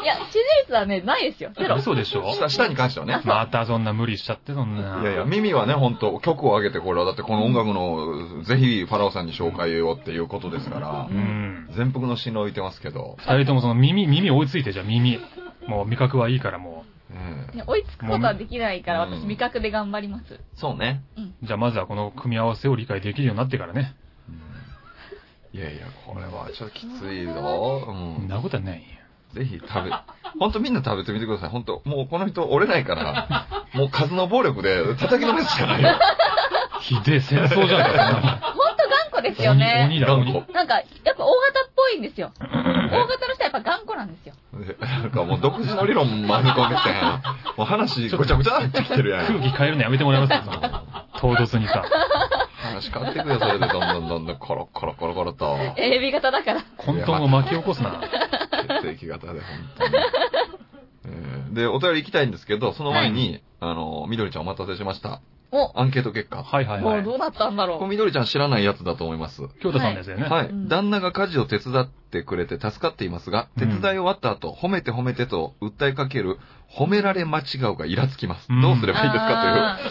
S3: いや、支持率はね、ないですよ。ゼロ。
S1: 嘘でしょ
S2: が。舌舌に関してはね。
S1: またそんな無理しちゃって、そんな。
S2: いやいや、耳はね、本当曲を上げて、これはだってこの音楽の、ぜひ、ファラオさんに紹介をっていうことですから
S1: う、ん。
S2: 全幅の信頼を置いてますけど、
S1: 二人ともその耳、耳追いついて、じゃあ耳。もう味覚はいいからも
S2: ええ
S3: ね追いつくことはできないから、
S2: うん
S3: 私味覚で頑張ります。
S2: そうね。
S1: う。じゃあまずはこの組み合わせを理解できるようになってからね。
S2: いやいや、これはちょっときついぞ。
S1: そん
S2: う
S1: なことはないよ。
S2: ん。ぜひ食べ、ほんとみんな食べてみてください。ほんと、もうこの人折れな いから、もう数の暴力で叩きのめすしかないよ。
S1: ひでえ戦争じゃんか、
S3: ほんと頑固です
S1: そんな
S3: よ
S1: もん
S3: ね。
S1: 鬼だ、鬼。
S2: 頑
S3: なんか、やっぱ大型っぽいんですよ。大型の人はやっぱ頑固なんですよ。
S2: でなんかもう独自の理論混ぜ込めて、もう話ごちゃごちゃってきてるや
S1: 空
S2: ん。
S1: 気変えるのやめてもらえますか唐突にさ。
S2: 話変わってくよ、それでどんどんどんどんコロコロコロコロと。
S3: AB 型だから。
S1: 混沌を巻き起こすな。
S2: 血液型で、本当に。えーで、お便り行きたいんですけど、その前に、あの、みどりちゃんお待たせしました。
S3: お、
S2: アンケート結果。
S1: はいはい
S3: も
S1: は
S3: う
S1: い
S3: ど。うなったんだ
S2: これ
S3: ろ
S2: みどりちゃん知らないやつだと思います。
S1: 京太さんですよね。
S2: はい。
S3: うん
S2: 旦那が家事を手伝ってくれて助かっていますが、手伝い終わった後、褒めて褒めてと訴えかける、褒められ間違うがイラつきます。
S1: うん
S2: どうすれ
S3: う。
S2: ばいいですか
S3: あ
S2: という。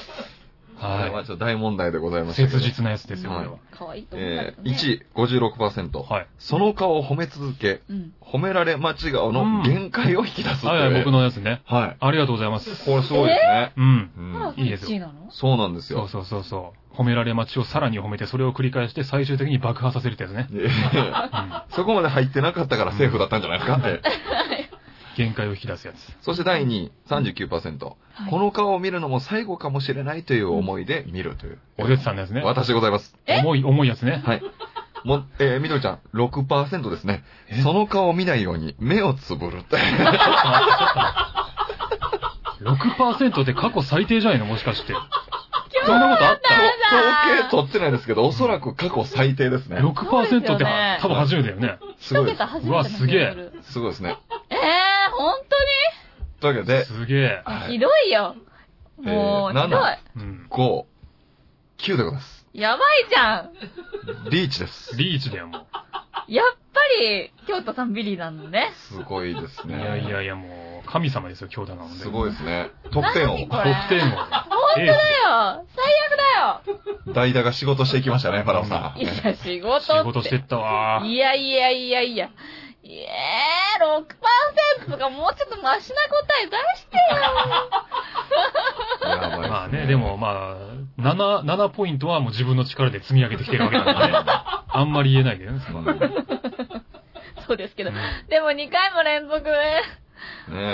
S2: まあ
S1: は
S2: ちょっと大問題でござい
S1: い。
S2: ましたけど。
S1: 切実なやつですよ、これは。
S3: ーかわいいと思った
S2: え
S3: けど
S2: ー、
S3: ね。
S2: 1位、56%。
S1: はい。
S2: その顔を褒め続け、
S3: うん。
S2: 褒められ間違うの限界を引き出すという。
S1: はいはい、僕のやつね。
S2: はい。
S1: ありがとうございます。
S2: これすごいですね。
S1: うん。
S2: う
S3: ファラオ
S2: ん
S3: さん
S1: いいですよ
S3: 1位なの
S2: そうなんです
S1: そう
S2: よ。
S1: そうそうそう。褒められ待ちをさらに褒めて、それを繰り返して最終的に爆破させるってやつね。
S2: いやいや
S1: うん。
S2: そこまで入ってなかったからセーフだったんじゃないですか。ええ
S1: 限界を引き出すやつ。
S2: そして第2位、39%。
S3: はい
S2: この顔を見るのも最後かもしれないという思いで見るという。
S1: おでつさんのやつね。
S2: 私でございます。
S1: 重い、重いやつね。
S2: はい。も、えー、みどりちゃん、6%ですね。その顔を見ないように目をつぶるって。
S1: 6%って過去最低じゃないのもしかして。
S2: そんなことあった
S3: だ
S2: 統計取ってないですけど、おそらく過去最低ですね。
S1: 6%って
S3: そうですよね
S1: 多分初めてだよね。
S2: すご
S3: 一
S2: いです
S3: 桁。初めての気がす
S1: うわ
S3: る。
S2: すごいですね。
S3: えー、ほん
S2: というわけです
S1: げえ。
S3: と
S2: は
S3: に
S2: い、
S3: ひどいよ。も
S2: え
S3: う、
S2: ー
S3: ひどい。
S1: うん。
S2: 5、9でございます。
S3: やばいじゃん。
S2: リーチです。
S1: リーチだよ、も
S3: やっぱり、京都さんビリなのね。
S2: すごいです
S1: う。い
S2: ね。
S1: やいやいや、もう、神様ですよ、兄弟なので。
S2: すごいですね。得点
S3: 何
S2: を
S3: こ
S1: 得
S3: れ
S1: 点を。
S3: 本当だ
S1: エース
S3: よ最悪だよ
S2: 代打が仕事していきましたね、ファラオさん。
S3: い
S2: ね
S3: や、仕事って。
S1: 仕事してったわ。
S3: いやいやいやいや。いえー、6%とかもうちょっとマシな答え出して よ。
S2: やばい。
S1: まあね、で。もまあ、7、7ポイントはもう自分の力で積み上げてきてるわけなんで ね。あんまり言えないけどね。その
S2: まあね
S3: そうですけど
S1: うん。
S3: でも2回も連続ね。
S1: そうですよ。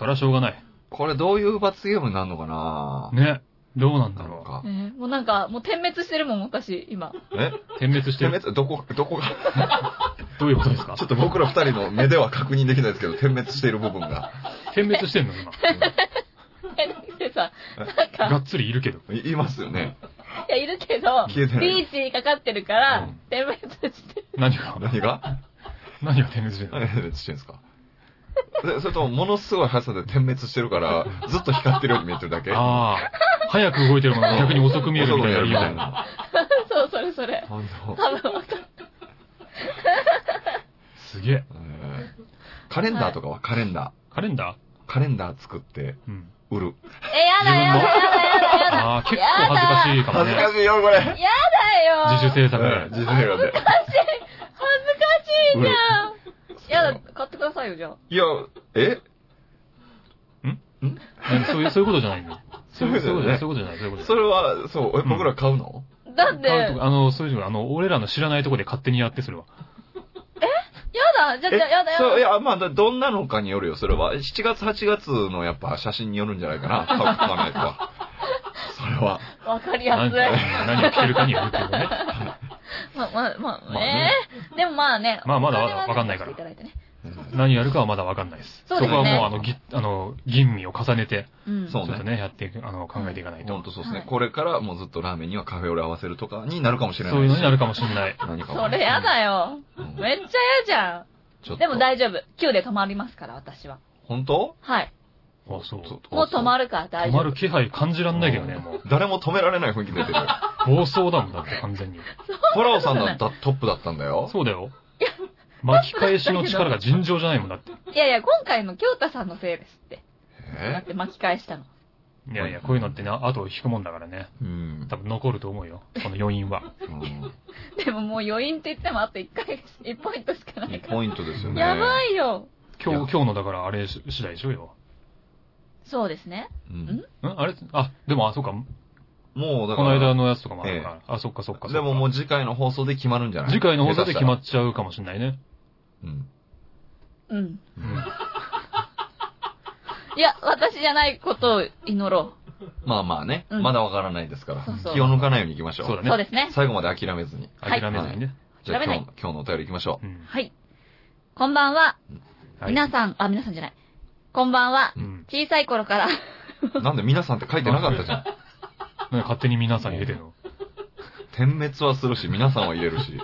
S1: そりゃしょうがない。
S2: これどういう罰ゲームになるのかな
S1: ね。どうなんだ
S2: なの
S1: ろ
S2: か。
S3: ねもうなんか、もう点滅してるもん、私、今。
S2: え
S1: う。点滅して
S2: 点
S1: る。
S2: 滅、どこ、どこ が、
S1: どういうことですか
S2: ちょっと僕ら二人の目では確認できないですけど、点滅している部分が。
S1: 点滅してんの今。
S3: え、だってさ、
S1: がっつりいるけど。
S2: いいますよね。
S3: いや、いるけど、
S2: 消えてない
S3: リーチかかってるか
S1: う
S3: ら
S1: ん、
S3: 点滅して る。
S1: 何 が
S2: 何が
S1: 何が点滅してんの
S2: 何が点滅 してるんですかでそれとも、ものすごい速さで点滅してるから、ずっと光ってるように見えてるだけ。
S1: ああ。早く動いてるものが逆に遅く見えるみたいな
S2: 遅く
S1: 言い
S2: 見え
S1: 方
S2: るみたいな。
S3: そう、それそれ。
S2: あの
S3: 多分わかる。
S1: すげえ。
S2: えーカレンダーとかはカレンダー。
S1: カレンダ
S2: カレンダー作って
S1: ーうん。
S2: 売る。
S3: え、やだやだやだやだ
S1: ああ、結構恥ずかしいかも
S2: 恥ずか
S1: ね。
S2: しいよ、これ。
S3: やだよ
S1: 自主制
S2: う
S1: 作
S2: ん
S1: で。
S2: 自主映画で。
S3: 恥ずかしいいじゃんいや、買ってくださいよ、じゃあ。
S2: いや、え
S1: 何そういう、そういうことじゃないのそういうそういうことじゃない、そういうことじゃない、そういうことじゃ
S2: それは、そう、え
S1: うん
S2: 僕ら買うの、
S3: だ
S1: な
S3: って、
S1: い。買
S3: や
S1: うとこあの、そういうの、あの、俺らの知らないとこで勝手にやってするわ。
S3: だ、じゃあ、じゃあ、やだ、や
S2: そう、い
S3: だ。
S2: や、まあ、だどんなのかによるよ、それは。7月、8月のやっぱ写真によるんじゃないか な、買う買わないとは。それは。
S3: わかりや
S1: 何
S3: すい。
S1: 何を着てるかによるけどね。
S3: まあ、まあ、まあ、
S2: まあ
S3: ね
S2: ね
S3: えでもまあね。
S1: まあまだ
S3: お金はね
S1: わかんないから
S3: 出していただいてね
S2: うん
S1: 何やるかはまだわかんないです。
S3: そうですね
S1: こはもう、あの、ぎ、あの、吟味を重ねて、
S4: うん。
S1: ち
S2: そ
S1: ょ
S2: う
S1: っ
S2: ね
S1: とね、やっていく、あの、考えていかない
S2: 本
S1: と。
S2: 当そうですね、
S3: はい
S2: これからもうずっとラーメンにはカフェオレ合わせるとかになるかもしれないし。
S1: そういうのになるかもしれ ない。
S2: 何かも
S3: それやだよ。
S2: うん
S3: めっちゃ嫌
S2: ち
S3: じ
S2: ょ
S3: ゃ
S2: っと
S3: ん。でも大丈夫。9で止まりますから、私は。
S2: 本当
S3: はい。
S1: あ、そう。
S3: もう止ま
S2: る。
S3: るから大
S1: 止
S3: 丈
S1: ま
S3: 夫
S1: る。気配感じらんないけどね、もう。
S2: 誰も止められない雰囲気出てる。
S1: 暴走だもん、だって完全に。
S2: ホラオさんだったトップだったんだよ。
S1: そうだよ。巻き返しの力が尋常じゃないもんだって。
S3: いやいや、今回の京太さんのせいですって。だっ
S2: え
S3: て巻き返したの。
S1: いやいや、こういうのってね、後を引くもんだからね。
S2: うん。
S1: 多分残ると思うよ。この余韻 は。
S2: うん
S3: でももう余韻って言ってもあと1回、1ポイントしかない
S2: いい
S3: から。
S2: ポイントですよね。
S3: やばいよ。
S1: 今
S2: いや
S1: 日、今日のだからあれし次第でしょよ。
S3: そうですね。
S2: うん
S1: んあれあ、でも、あ、そっか。
S2: もうだ
S1: こ
S2: か
S1: の
S2: ら。
S1: 間のやつとかもあるから。あ、そっかそっかそっか。
S2: でももう次回の放送で決まるんじゃない
S1: 次回の放送で決ま
S2: っ
S1: っちゃうかもしれないね。
S2: うん。
S3: うん。
S1: うん。
S3: いや、私じゃないことを祈ろ
S2: まあまあね。
S3: うん
S2: まだわからないですから
S3: そうそう。
S2: 気を抜かないように行きましょう。
S1: そうだ
S3: う。
S1: ね
S3: そうですね。
S2: 最後まで諦めずに。
S1: 諦めないね。
S2: じゃあ
S3: 諦め
S2: 今
S3: ない
S2: 日の、今日のお便り行きましょう。
S1: うん。
S4: はい。こんばんは。
S1: はい
S4: 皆さん、あ、皆さんじゃない。こんばんは
S1: う。ん。
S4: 小さい頃 から、
S2: なんで皆さんって書いてなかったじゃん。
S1: なんで勝手に皆さん入れてるの
S2: 点滅はするし、皆さんは入れ るし。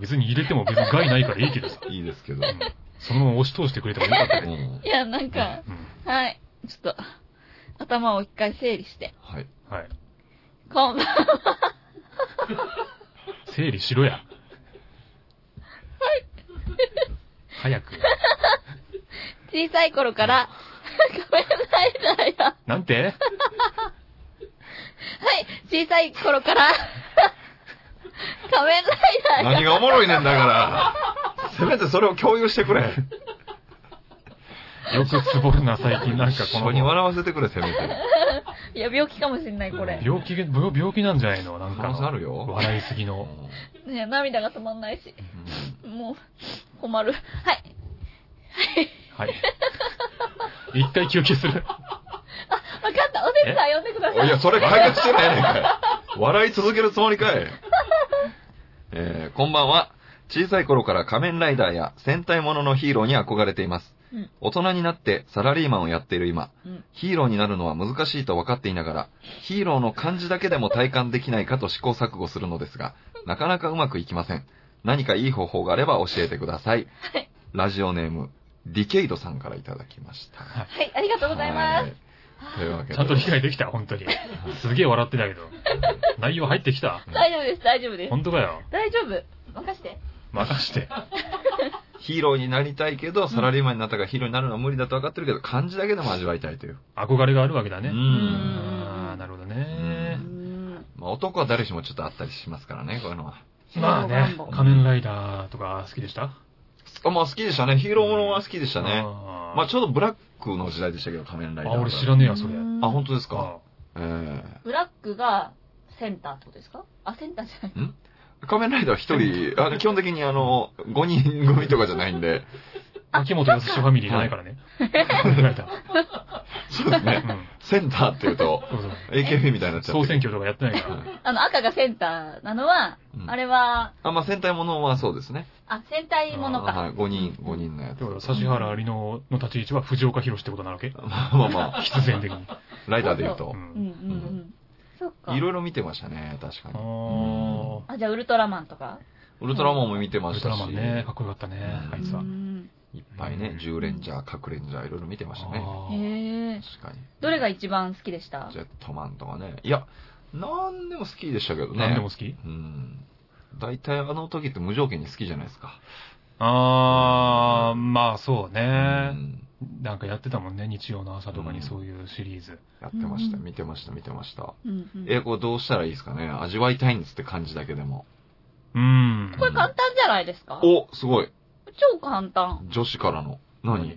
S1: 別に入れても別に害ないからいいけどさ。
S2: いいですけど
S1: う。んそのまま押し通してくれてもよかったけ
S2: う
S1: ど。
S2: ん
S3: いや、なんか、
S1: うん
S3: はい。ちょっと、頭を一回整理して。
S2: はい。
S1: はい。
S3: こんばんは。
S1: 整理しろや。はい。早く。
S3: 小さい頃から、 ごめんなさいだよ。
S1: なんて
S3: はい。小さい頃から、 仮面ライダーが、
S2: 何がおもろいねんだから。せめてそれを共有してくれ。
S1: よくつぼるな、最近。なんか
S2: 一
S1: こ
S2: 緒
S1: の
S2: に笑わせてくれ、せめて。
S3: いや、病気かもしんない、これ。
S1: 病気、病病気なんじゃないのなんか
S2: 可能性あるよ
S1: の。笑いすぎの。
S2: う
S3: ね涙が止まんないし。
S2: ん
S3: もう、困る。はい。
S1: はい。一回休憩す る。
S3: わかった。おせんさん呼んでください。
S2: いや、それ解決してないやねんかい。笑い続けるつもりかい。えー、こんばんは。小さい頃から仮面ライダーや戦隊もののヒーローに憧れています。
S3: うん
S2: 大人になってサラリーマンをやっている今、
S3: うん
S2: ヒーローになるのは難しいと分かっていながら、ヒーローの漢字だけでも体感できないかと試行錯誤するのですが、なかなかうまくいきません。何かいい方法があれば教えてください。ラジオネーム、ディケイドさんからいただきました。
S3: はい、ありがとうございます。
S2: はい。というわけで。
S1: ちゃんと理解できた、本当に。すげえ笑ってたけど。内容入ってきた。
S3: 大丈夫です、大丈夫です。
S1: 本当かよ。
S3: 大丈夫。任して。
S1: 任して。
S2: ヒーローになりたいけど、サラリーマンになったからヒーローになるのは無理だと分かってるけど、漢字だけでも味わいたいという。
S1: 憧れがあるわけだ
S2: う
S1: ね。
S2: ん。
S1: ああ、なるほどね
S2: う。まあ男は誰しもちょっとあったりしますからね、こういうのは。
S1: まあね
S3: そう、
S1: 仮面ライダーとか好きでした
S2: あまあ好きでしたね。ヒーローものは好きでしたね。
S1: あー
S2: まあちょうどブラックの時代でしたけど、仮面ライダー
S1: あ、
S2: が。
S1: 俺知らねえや、それ。
S2: あ、本当ですか
S1: あ
S2: ええ
S3: ブラックがセンターってことですかあ、センターじゃない。
S2: 仮面ライダーは一人、あの基本的にあの、5人組とかじゃないんで、
S1: 秋元康ファミリーじゃないからね。仮面ライダー
S2: そうです
S1: う
S2: ね。
S1: ん
S2: センターっていうと、
S1: そうそう
S2: AKB みたいになっちゃっ
S1: 総
S2: て
S1: 選
S2: る。
S1: 挙とかやってないから。
S2: はい
S3: あの、赤がセンターなのは、
S2: うん
S3: あれは、
S2: あ、まあ戦隊ものはそうですね。
S3: あ、戦隊ものか。
S2: はい、5人、5人のやつ。
S1: だから、指原有乃の立ち位置は藤岡弘ってことなわけ
S2: ま あまあまあ、
S1: 必然的に。
S2: ライダーで言うと
S1: う。
S3: うんうん
S1: ん
S3: うん。そっか。
S2: いろいろ見てましたね、確か
S1: あ
S2: に。
S1: ー
S3: あ、じゃあウルトラマンとか
S2: ウルトラマンも見て
S1: ウ
S2: ま
S1: ル
S2: し
S1: ト
S2: た
S1: ラ
S2: し、
S1: マンね、かっこよかったね、あいつは。
S3: うん
S2: いっぱいね、10レンジャー、核レンジャー、いろいろ見てましたね。
S1: あー
S3: へえ。
S2: 確かに。
S3: どれが一番好きでした
S2: ジェットマンとかね。いや、なんでも好きでしたけどね。
S1: 何でも好き
S2: うん。大体あの時って無条件に好きじゃないですか。
S1: あー、まあそう
S2: う
S1: ね。
S2: ん
S1: なんかやってたもんね、日曜の朝とかにそういうシリーズ。
S2: やってました、
S3: うん
S2: 見てました、見てました。
S3: うんうん
S2: え、これどうしたらいいですかね味わいたいんですって感じだけでも。
S1: うん。
S3: これ簡単じゃないですか
S2: お、すごい。
S3: 超簡単。
S2: 女子からの。何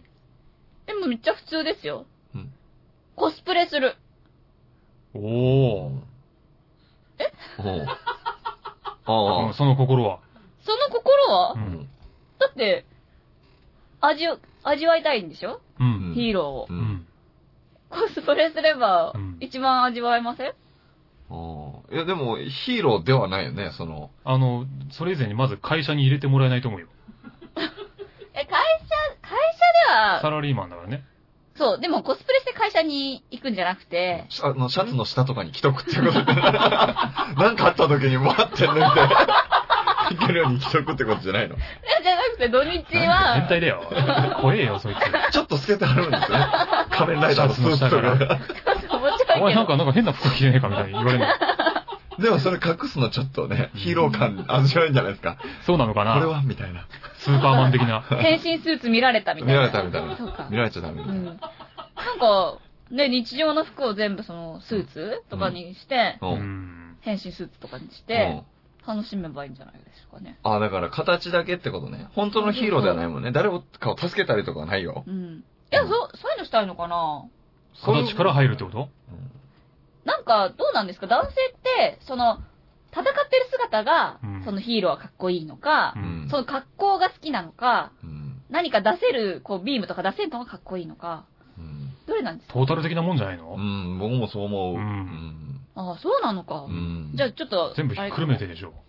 S3: でもめっちゃ普通ですよ。
S2: うん
S3: コスプレする。
S1: おー。
S2: おう
S1: うん
S2: あ
S1: その心は。
S3: その心
S1: う。
S2: あ。
S3: は、
S2: うんん。
S3: だって、味を、味わいたいんでしょ、
S1: う
S2: うん
S1: ん。
S3: ヒーローを
S2: う。。
S1: うんん。
S3: コスプレすれば
S1: うん、
S3: 一番味わえません、
S2: ああ。いや、でも、ヒーローではないよね、その。
S1: あの、それ以前にまず会社に入れてもらえないと思うよ。
S3: え、会社、会社で
S1: サ
S3: は、
S1: ラリーマンだからね。
S3: そう、でもコスプレして会社に行くんじゃなくて、
S2: あの、シャツの下とかに着とくっていうことで。 なんかあった時に、待って 抜いて、いけるように着とくってことじゃないの。
S3: じゃなくて土日
S1: なんか変
S3: は、
S1: 態 だよ。怖えよ、そいつ。
S2: ちょっと透けてあるん ですよね。仮面ライダーのスーツと
S1: シャツの下
S2: か。
S3: そう面白い
S1: お前
S3: け
S1: なん
S3: ど。
S1: か、なんか変な服着てねえかみたいに言われる の。
S2: でもそれ隠すのちょっとね、ヒーロー感味わえるんじゃないですか。
S1: そうなのか
S2: これ
S1: な
S2: はみたいな。
S1: スーパーマン的 な。
S3: 変身スーツ見られたみた
S2: 見
S3: いな。
S2: られたみたいな
S3: そうか。
S2: 見られちゃダメみ
S3: う
S2: たい
S3: ん。
S2: な。
S3: なんか、ね、日常の服を全部その、スーツとかにして、
S1: う
S2: うん
S1: ん。
S3: 変身スーツとかにし
S2: うん
S3: て、楽しめばいいんじゃないですかね。
S2: あ、だから形だけってことね。本当のヒーローではないもんね。誰かを助けたりとかはないよ。
S3: うん。いや、そ、そういうのしたいのかな
S1: 形から入るってこと
S3: なんか、どうなんですか男性って、その、戦ってる姿が、
S1: うん
S3: そのヒーローはかっこいいのか
S1: う、ん
S3: その格好が好きなのか、
S2: うん
S3: 何か出せる、こう、ビームとか出せるのがかっこいいのか、
S2: うん
S3: どれなんですか
S1: トータル的なもんじゃない
S2: うん
S1: の
S2: うん、僕もそう思う。
S1: う
S3: ああ、そうなのか。
S2: うん
S3: じゃあ、ちょっと、
S1: 全部ひっくるめてでしょ。
S3: あれか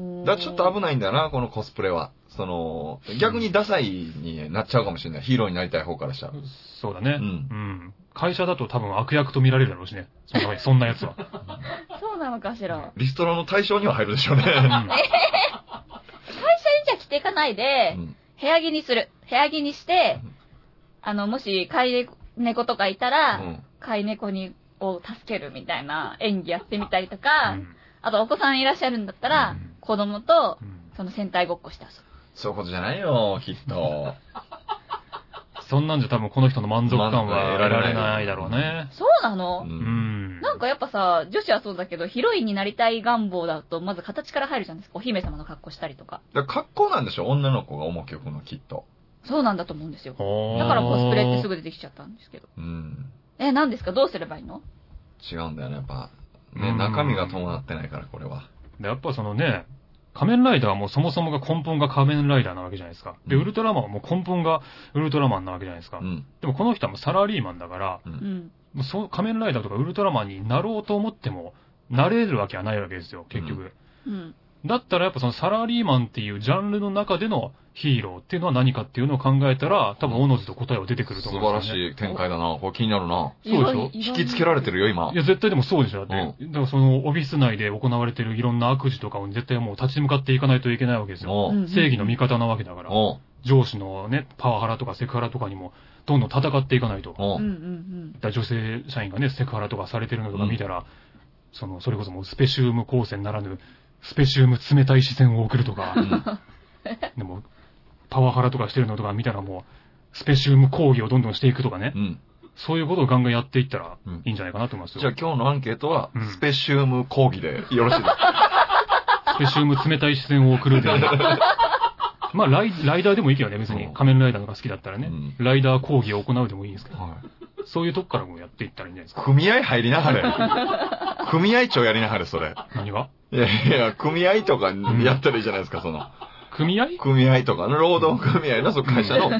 S3: も。
S2: だからちょっと危
S3: ない。
S2: ないんだよな、このコスプレは。その、逆にダサいになっちゃうかもしれない。ヒーローになりたい方からしたら。
S1: そうだね。
S2: う
S1: う
S2: ん
S1: ん。会社だと多分悪役と見られるだろうしね。そんな、そんなやつは。
S3: そうなのかしら。
S2: リストラの対象には入るで しょうね。
S3: 会社にじゃあ着ていかないで
S2: う、ん
S3: 部屋着にする。部屋着にして
S2: うん、
S3: あの、もし飼い猫とかいた
S2: う
S3: ら、
S2: ん
S3: 飼い猫に、を助けるみたいな演技やってみたりと
S1: う
S3: か、
S1: ん
S3: あとお子さんいらっしゃるんだった
S1: う
S3: ら
S1: ん、
S3: 子供と
S1: う、ん
S3: その戦隊ごっこして遊
S2: そういうことじゃないよ、きっと。
S1: そんなんじゃ多分この人の満足感は得られないだろうね
S3: ぶ。。そうなの、
S1: う
S2: うん
S1: ん。
S3: なんかやっぱさ、女子はそうだけど、ヒロインになりたい願望だと、まず形から入るじゃないですか。お姫様の格好したりとか。
S2: だから格好なんでしょ女の子が重きを置くの、きっと。
S3: そうなんだと思うんですよ。
S1: ほー、
S3: だからコスプレってすぐ出てきちゃったんですけど。
S2: うん。
S3: え、何ですかどうすればいいの
S2: 違うんだよね、やっぱ。ね、
S1: うん
S2: 中身が伴ってないから、これは。
S1: でやっぱそのね、仮面ライダーはもうそもそもが根本が仮面ライダーなわけじゃないですか。で、
S2: うん
S1: ウルトラマンはもう根本がウルトラマンなわけじゃないですか。
S2: うん。
S1: でもこの人はもうサラリーマンだから、
S2: う。
S3: うんん。
S1: もうそう仮面ライダーとかウルトラマンになろうと思っても、なれるわけはないわけですよ、結局。
S3: うん。
S1: だったらやっぱそのサラリーマンっていうジャンルの中でのヒーローっていうのは何かっていうのを考えたら、多分おのずと答えは出てくる
S2: 素
S1: と思
S2: 晴
S1: うん
S2: ら
S1: ですよ、ね。
S2: しい展開だな。これ気になるな。
S1: そうでしょ
S3: 意外
S2: 引きつけられてるよ、今
S1: い。や、絶対でもそうでしょ。だって、だからそのオフィス内で行われてるいろんな悪事とかに絶対もう立ち向かっていかないといけないわけですよ。
S2: おう
S3: うん
S1: 正義の味方なわけだから、
S2: おう
S1: 上司のね、パワハラとかセクハラとかにもどんどん戦っていかないと。
S2: お
S3: う
S2: うん
S3: うんうん。
S1: だから女性社員がね、セクハラとかされてるのとか見たら、その、それこそもうスペシウム光線ならぬ、スペシウム冷たい視線を送るとか
S2: う、ん
S1: でも、パワハラとかしてるのとか見たらもう、スペシウム抗議をどんどんしていくとかね
S2: う、ん。
S1: そういうことをガンガンやっていったら
S2: うん
S1: いいんじゃないかなと思います
S2: じゃあ
S1: よ。
S2: 今日のアンケートは
S1: うん、
S2: スペシウム講義でよろしいですか
S1: スペシウム冷たい視線を送る で。まあライ、ライダーでもいいけどね、別
S2: う
S1: に。
S2: ん
S1: 仮面ライダーが好きだったらね、
S2: う
S1: ライダー抗議を行うでもいいんですけど、
S2: は
S1: そういうとこからもやっていったらいいんじゃないです
S2: い組合入りなはれ。組合長やりなはれ、それ。
S1: か。何が
S2: いやいや、組合とかやったらいいじゃないですか、その。
S1: 組合
S2: 組合とかの、労働組合の、その会社の、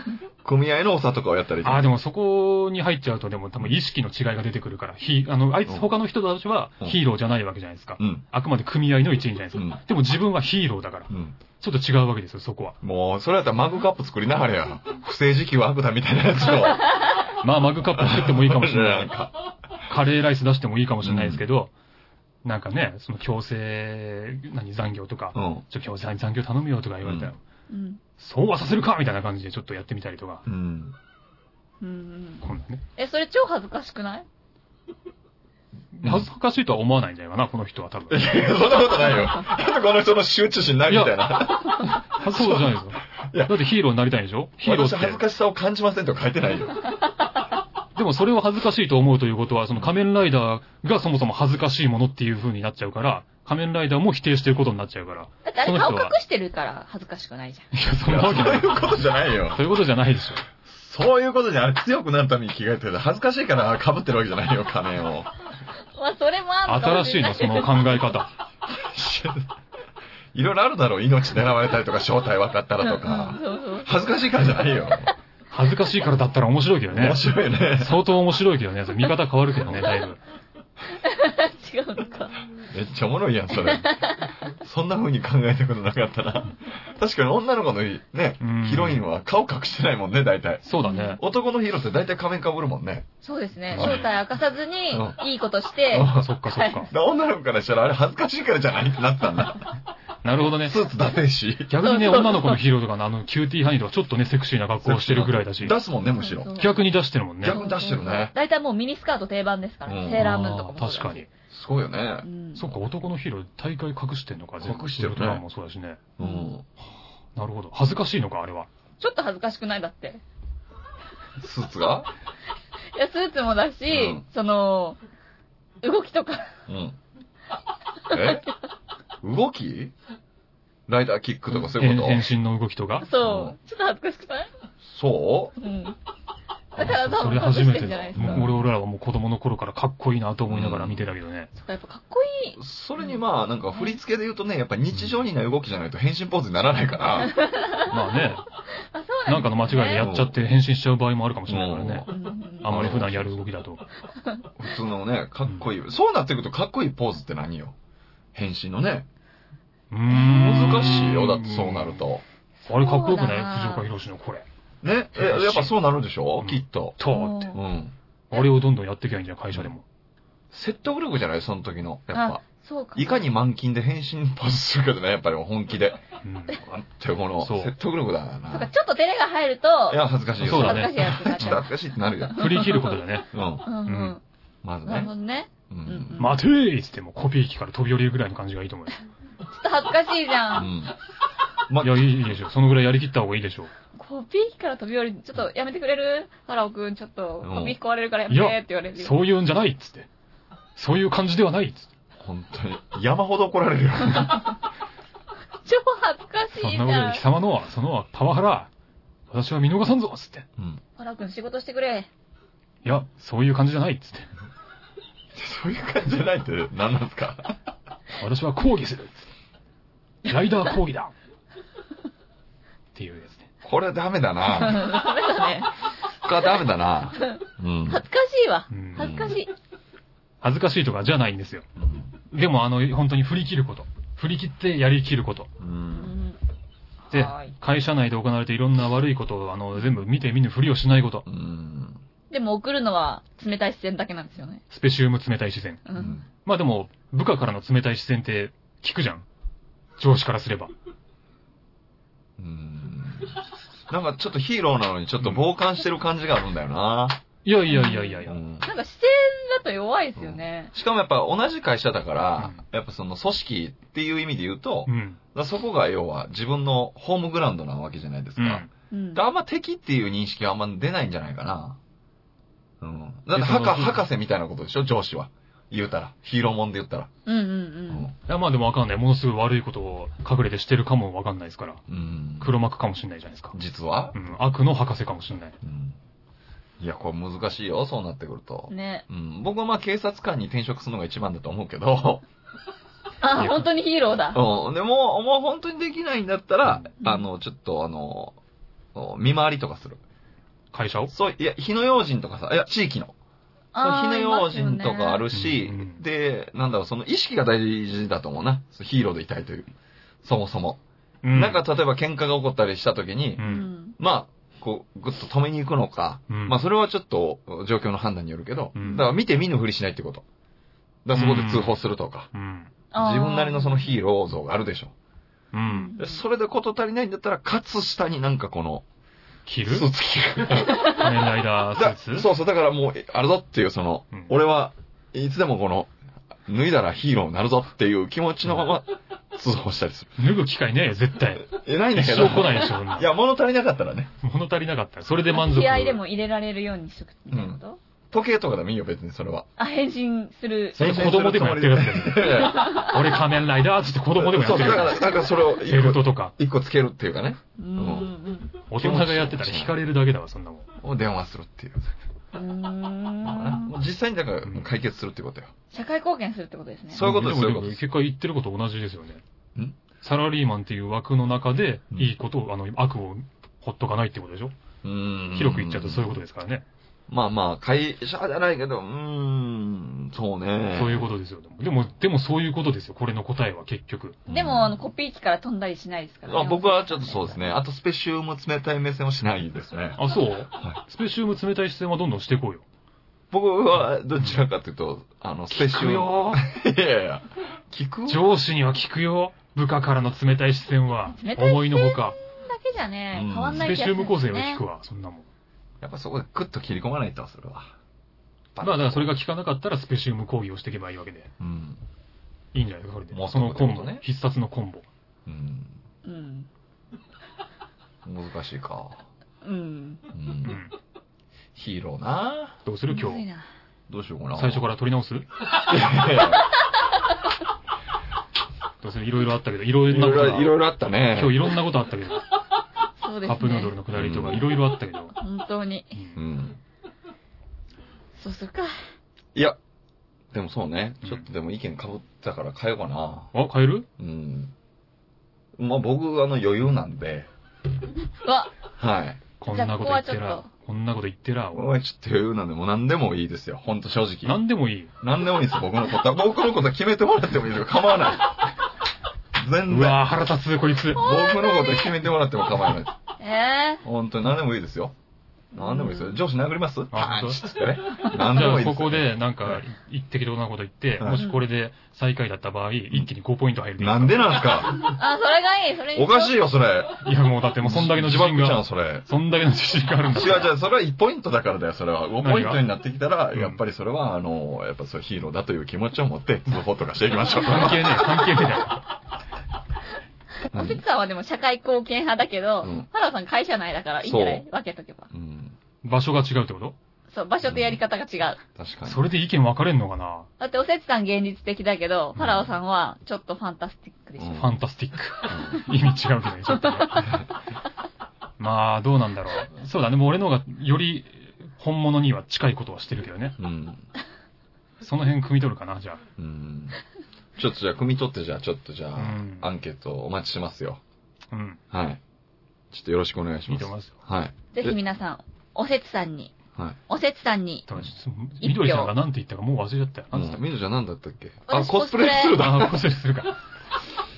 S2: 組合の長とかをやったらいいじゃ
S1: あ
S2: な
S1: あ、
S2: い
S1: でもそこに入っちゃうと、でも多分意識の違いが出てくるから、ひあの、あいつ、
S2: うん
S1: 他の人たちは
S2: うん
S1: ヒーローじゃないわけじゃないですか。
S2: うん。
S1: あくまで組合の一員じゃないですか。
S2: うん
S1: でも自分はヒーローだから、
S2: うん。
S1: ちょっと違うわけですよ、そこは。
S2: もう、それやったらマグカップ作りなはれや。不正時期は悪だみたいなやつを。
S1: まあ、マグカップ作ってもいいかもしれな
S2: ん
S1: い。
S2: か
S1: カレーライス出してもいいかもしれないですけど、なんかね、その強制、何、残業とか、
S2: うん。
S1: ちょ、強制残業頼むよとか言われたら、
S2: うん
S3: うん。
S1: そうはさせるかみたいな感じでちょっとやってみたりとか、
S2: うん。
S3: うんうん。
S1: こんなね。
S3: え、それ超恥ずかしくない
S2: うん
S1: 恥ずかしいとは思わないんじゃないかな、この人は多分。
S2: そんなことないよ。なんでこの人の羞恥心ないみたいな。
S1: そうじゃないですよ
S2: いや。
S1: だってヒーローになりたいんでしょヒーローっ
S2: 私
S1: て。
S2: 恥ずかしさを感じませんとか書いてないよ。
S1: でもそれを恥ずかしいと思うということは、その仮面ライダーがそもそも恥ずかしいものっていう風になっちゃうから、仮面ライダーも否定してることになっちゃうから。
S3: だってあ
S1: そ
S3: れ
S1: の
S3: 顔
S1: 人
S3: 隠
S1: は
S3: してるから恥ずかしくないじゃん。
S1: いや、そ
S2: い
S1: ん
S2: や
S1: な
S2: そ
S1: わ
S2: う
S1: けない
S2: い。うことじゃないよ
S1: そ。ういうことじゃないでしょ。
S2: そういうことじゃない。強くなるために着替えてる。恥ずかしいから被ってるわけじゃないよ、仮面を。
S3: まあ、それもあるかも
S1: 新
S3: し
S1: し
S3: れ
S1: い
S3: な
S1: の、
S3: い
S1: そ の考え方。
S2: いろいろあるだろう。命狙われたりとか、正体分かったらと
S3: うん
S2: か。
S3: そうそう。
S2: 恥ずかしいからじゃないよ。
S1: 恥ずかしいからだったら面白いけどね
S2: 面。白いね。
S1: 相当面白いけどね。見方変わるけどね、だいぶ。
S3: 違うのか。
S2: めっちゃおもろいやん、それ。そんな風に考えたことなかったな。確かに女の子のね
S1: うん、
S2: ヒロインは顔隠してないもんね、大体。
S1: そうだね。
S2: 男のヒーローって大体仮面被るもんね。
S3: そうですね。
S2: うん
S3: 正体明かさずに
S2: う、
S3: いいことして、
S2: うん
S1: そっかそっか。
S2: だ女の子からしたらあれ恥ずかしいからじゃないってなってたんだ。
S1: なるほどね
S2: ス。ーツ出せんし。
S1: 逆にね、女の子のヒーローとかのあの、キューティーハニーとかちょっとね、セクシーな格好をしてるぐらいだし、
S2: 出すもんね、むしろ。
S1: 逆に出してるもんね。
S2: 逆に出してるね。
S3: 大体もうミニスカート定番ですから
S2: う
S3: ね。
S2: ん
S3: セーラームーンとかも。
S1: あー確か。に。
S2: すごいよね
S3: う。ん。
S1: そっか、男のヒーロー、大会隠してんのか、全部
S2: 隠してるね
S1: ウルトラマンもそうだしね。
S2: うん。
S1: なるほど。恥ずかしいのか、あれは。
S3: ちょっと恥ずかしくないだって。
S2: スーツが
S3: いや、スーツもだし、
S2: うん
S3: その、動きとか。
S2: うん。え 動きライダーキックとかそういうこと
S1: 変変身の動きとか。
S3: そう。ちょっと恥ずかしくない
S2: そう
S3: うん。だから多
S1: そ
S3: 分
S1: れ
S3: 隠
S1: 初
S3: し
S1: め
S3: て
S1: て
S3: んじゃな
S1: だ
S3: い。ですか。
S1: もう俺俺らはもう子供の頃からかっこいいなと思いながら見てたけどね。
S3: そっか、やっぱかっこいい。
S2: それにまあ、なんか振り付けで言うとね、やっぱ日常にない動きじゃないと変身ポーズにならないから、
S1: まあね、
S3: あ、そう
S1: な
S3: なんん
S1: かの
S3: だ
S1: 間違いでやっちゃって変身しちゃう場合もあるかもしれないからね。
S3: うんうんうん
S1: あまり普段やる動きだと。
S2: 普通のね、かっこいい。そうなってくるとかっこいいポーズって何よ変身のね。
S1: うーん
S2: 難しいよ、だってそうなる。と。
S1: あれかっこよく
S3: そう
S1: ない
S3: だな
S1: 藤岡弘のこれ。
S2: ねえ、やっぱそうなるでしょ
S1: うん
S2: きっと。
S1: とーって。
S2: うん。
S1: あれをどんどんやってきゃいいんじゃん、会社でも。
S2: 説得力じゃないその時の。やっ
S3: あ
S2: ぱ。、
S3: そうか。
S2: いかに満勤で変身ポーズするかじゃないやっぱり本気で。
S1: うん。
S2: ってこの、
S1: そう
S2: 説得力だ
S3: そうか、
S2: な。
S3: ちょっと照れが入ると、
S2: いや、恥ずかしいよ。
S1: そうだ
S3: 恥
S1: ね
S3: ずかしいやつ
S2: ちょっと
S3: だね。
S2: 恥ずかしいってなるじゃん。
S1: 振り切ることだね。
S2: うん。
S3: うんうん。
S2: まず
S3: なる
S2: ね
S3: ほ。どね。
S2: う
S3: うんうん
S2: ん。
S1: 待てーっつってもうコピー機から飛び降りるぐらいの感じがいいと思うよ。
S3: ちょっと恥ずかしいじ
S2: う
S3: ゃん。
S2: ん。ま
S1: いや、いいでしょ。そのぐらいやりきった方がいいでしょ。
S3: コピー機から飛び降り、ちょっとやめてくれるハラオくん、ちょっと
S2: うん
S3: コピー機壊れるからやめてって言われるよ。
S1: そういうんじゃないっつって。そういう感じではないっつって。
S2: 本当に、山ほど怒られるよ。
S3: 超恥ずかし
S1: そ
S3: い
S1: ん
S3: じ
S1: なこと
S3: ゃ
S1: で
S3: ん
S1: 貴。様のは、そのはパワハラ。私は見逃さんぞっつって。
S2: うん。
S3: ハラオくん仕事してくれ。
S1: いや、そういう感じじゃないっつって。
S2: そういう感じじゃないって何なんですか
S1: 私は抗議するっつって。ライダー抗議だっていうやつね。
S2: これダメだ
S3: ダメ
S2: な。
S3: だね。
S2: これはダメだな。うん。
S3: 恥ずかしいわ
S1: う。ん
S3: 恥ずかしい。
S1: 恥ずかしいとかじゃないんですよ。
S2: うん
S1: でもあの、本当に振り切ること。振り切ってやりきること。
S2: う。
S3: うんん
S1: で
S3: はーい、
S1: 会社内で行われていろんな悪いことを、あの、全部見て見ぬふりをしないこと
S2: う。ん。
S3: でも送るのは冷たい視線だけなんですよね。
S1: スペシウム冷たい視線。
S3: う。
S2: うんん
S1: まあでも、部下からの冷たい視線って聞くじゃん。上司からすれば。
S2: うんなんかちょっとヒーローなのにちょっと傍観してる感じがあるんだよな。
S1: いやいやいやいやいうや。
S2: ん
S3: なんか視線だと弱いですよね。
S2: しかもやっぱ同じ会社だから、やっぱその組織っていう意味で言うと
S1: う、ん。
S2: だからそこが要は自分のホームグラウンドなわけじゃないです
S1: う
S2: か。
S1: ん。
S3: うん
S2: で。あんま敵っていう認識はあんま出ないんじゃないかな。うん。だって
S1: えその
S2: 博博士みたいなことでしょ上司は。言うたら。ヒーローもんで言ったら。
S3: うんうん
S2: う
S3: うん。。
S1: いやまあでもわかんない。ものすごい悪いことを隠れてしてるかもわかんないですから。
S2: うん。
S1: 黒幕かもしんないじゃないですか。
S2: 実は
S1: う、ん。悪の博士かもしんない。
S2: うん、いや、これ難しいよ。そうなってくると。
S3: ね。
S2: うん、僕はまあ警察官に転職するのが一番だと思うけど、
S3: あ、本当にヒーローだ。
S2: うん、でも、もう本当にできないんだったら、
S3: うん
S2: あの、ちょっとあの、見回りとかする。
S1: 会社を
S2: そう、いや、火の用心とかさ、いや、地域の。
S3: あ
S2: 火
S3: ー
S2: の用心とかあ。
S3: いま
S2: るし、
S1: うんうん
S2: で、なんだろう、その意識が大事だと思うな。そうヒーローでいたいという。そもそも。
S1: うん
S2: なんか、例えば喧嘩が起こったりした時に、
S1: う
S3: すよね
S1: ん。
S2: まあ、こう、ぐっと止めに行くのか、
S1: うん
S2: まあ、それはちょっと、状況の判断によるけど、
S1: うん
S2: だから見て見ぬふりしないってこと。だからそこで通報するとか、
S1: うん。
S3: あー
S2: 自分なりのそのヒーロー像があるでしょ。
S1: うん。
S2: でそれでこと足りないんだったら、勝つ下になんかこの、
S1: 着
S2: ス
S1: る
S2: ーツ着る。
S1: 仮面ライダー
S2: だ
S1: スーツ
S2: そうそう、だからもう、えあるぞっていう、その、
S1: うん
S2: 俺はいつでもこの、脱いだらヒーローになるぞっていう気持ちのまま、通報したりする。
S1: 脱ぐ機会ねえよ、絶対。
S2: え、ないんだ
S1: 一
S2: け
S1: 生
S2: ど。。
S1: 来ないでしょ、そんない
S2: や、物足りなかったらね。
S1: 物足りなかったら。それで満足。
S3: 気合でも入れられるようにしとくみたいなこと、
S2: 時計とかでもいいよ、別にそれは。
S3: あ、変身する。
S1: それ子供でもやってるやつだよ。
S2: いやいや
S1: 俺仮面ライダーっつって子供でもや
S2: そ
S1: っ
S2: う、
S1: て
S2: だ
S1: る
S2: か
S1: や
S2: ら、なんかそれを
S1: つ。ベル
S2: 一
S1: ト
S2: 個、
S1: とか。
S2: 一個つけるっていうかね。
S3: うんうん
S1: 大人がやってたら惹かれるだけだわ、そんなもん。
S2: を電話するっていう。
S3: うん。う
S2: も
S3: ー
S2: うん実際にだから解決するってことよ。
S3: 社会貢献するってことですね。
S2: そういうことです
S1: でも
S2: そういうことです
S1: 結果言ってること同じですよね
S2: ん。
S1: サラリーマンっていう枠の中で
S2: う、ん
S1: いいことを、あの、悪をほっとかないってことでしょ
S2: うん
S1: 広く言っちゃうとそういうことですからね。
S2: まあまあ、会社じゃないけど、うーん、そうね。
S1: そういうことですよ。でもでも、でもそういうことですよ。これの答えは結局。
S2: うん
S3: でも、あの、コピー機から飛んだりしないですからね。
S2: あ僕はちょっとそうですね。あとスペシウム冷たい目線をしないですね。
S1: あ、そう、
S2: は
S1: スペシウム冷たい視線はどんどんしていこうよ。
S2: 僕はどちらかというと、あの、スペシウム。
S1: よ
S2: いやいや、聞く
S1: 上司には聞くよ。部下からの冷たい視線は
S3: 冷たい視。線
S1: 思いのほか。
S3: だけじゃね、
S2: うん
S3: 変わんな
S1: ス
S3: い気
S1: ペ
S3: がす
S1: シ
S3: る
S1: ウ
S3: んで
S1: ム
S3: すね
S1: 構成は聞くわ、そんなもん。
S2: やっぱそこでクッと切り込まないと、それは。
S1: まあ、だからそれが効かなかったらスペシウム講義をしていけばいいわけで。
S2: うん。
S1: いいんじゃないか、それで
S2: も。う
S1: そのコン
S2: そう
S1: ボ
S2: いうことね
S1: ね。必殺のコンボ。
S2: うん。
S3: うん。
S2: 難しいか。
S3: うん。
S2: う。
S1: うんん。
S2: ヒーローな
S1: どうする今
S3: むずい
S1: 日。
S3: な
S2: どうしようかな。
S1: 最初から取り直す
S2: ら。
S1: どうせいろいろあったけど、いろ
S2: い
S1: いろなこと
S2: ろい
S1: が
S2: ろ、いろいろあったね。
S1: 今日いろんなことあったけど、
S3: そうですね。
S1: カップヌードルのくだりと
S2: う
S1: か
S2: ん
S1: いろいろあったけど、
S3: 本当に。
S1: うん
S2: うん。
S3: そうするか。
S2: いや、でもそうね。ちょっとでも意見被ったから変えようかな。
S1: あ、変える
S2: うん。まあ僕、あの余裕なんで、
S3: うわ、
S2: はい。
S1: こんなこと言って
S3: じゃあ
S1: ら
S3: ここはちょ、
S1: こんなこと言ってら、
S2: お前ちょっと余裕なんで、もう何でもいいですよ。ほんと正直。
S1: 何でもいい。
S2: 何でもいいです、僕のことは。僕のことは決めてもらってもいいですよ。構わない。全
S1: う
S2: 然。
S1: わぁ、腹立つ、こいつ。
S2: 僕のことは決めてもらっても構わない。
S3: え
S2: ほんとに何でもいいですよ。何でもいいですよ。上司殴ります
S1: あ
S2: パ
S1: 本
S2: ン
S1: 当
S2: チっつってね。何
S1: じ
S2: で
S1: ゃ
S2: も
S1: あ、
S2: いいで
S1: こ
S2: す。
S1: こで、なん
S2: は
S1: か
S2: い、
S1: 言ってきなこと言って、
S2: はい
S1: もしこれで最下位だった場合、一気に5ポイント入る。
S2: なんでなんすか
S3: ー、あ、それがいい、それに
S2: おかしい
S3: い。
S2: よ、それ。
S1: いや、もうだってもうそんだけの自信
S2: 自爆じゃん、
S1: が、
S2: それ。
S1: そんだけの自信があるんだ。
S2: 違う違う、それは1ポイントだからだよ、それは。5ポイントになってきたら、
S1: うん
S2: やっぱりそれは、あの、やっぱそうヒーローだという気持ちを持って、通報とかしていきましょう。
S1: 関係ねえ、関係ねえだよ。
S3: おせつさんはでも社会貢献派だけど、
S2: うん
S3: ハラさん会社内だからいいんじゃない
S2: そ
S3: 分けとけば。
S2: うん、
S1: 場所が違うってこと
S3: そう、場所とやり方が違う。
S2: 確かに。
S1: それで意見分かれんのかな
S3: だって、おせつさん現実的だけど
S1: う、ん
S3: ハラオさんはちょっとファンタスティックでし
S2: う
S3: ょ。
S2: ん
S1: ファンタスティック。 意味違うけどね、ちょっとね。 まあ、どうなんだろう。そうだね、もう俺の方がより本物には近いことはしてるけどね。
S2: うん。
S1: その辺汲み取るかな、じゃ
S2: うん。ちょっとじゃあ、汲み取って、じゃあ、ちょっとじゃあ、
S1: うん
S2: アンケートお待ちしますよ。
S1: あ。うん。
S2: はい。ちょっとよろしくお願いし
S1: 見
S2: ま
S1: て
S2: す。
S1: ますよ。
S2: はい。
S3: ぜひ皆さん、おせつさんに、
S2: はい。
S3: おせつさんに、
S1: だからちょっと緑ちゃんが何て言ったかもう忘れちゃったよ。
S2: う
S1: 何て言っ
S2: ん、みずちゃん何だったっけあ、
S3: 私
S2: コスプレする
S1: た
S2: だ。
S1: ああ、こっそりするか。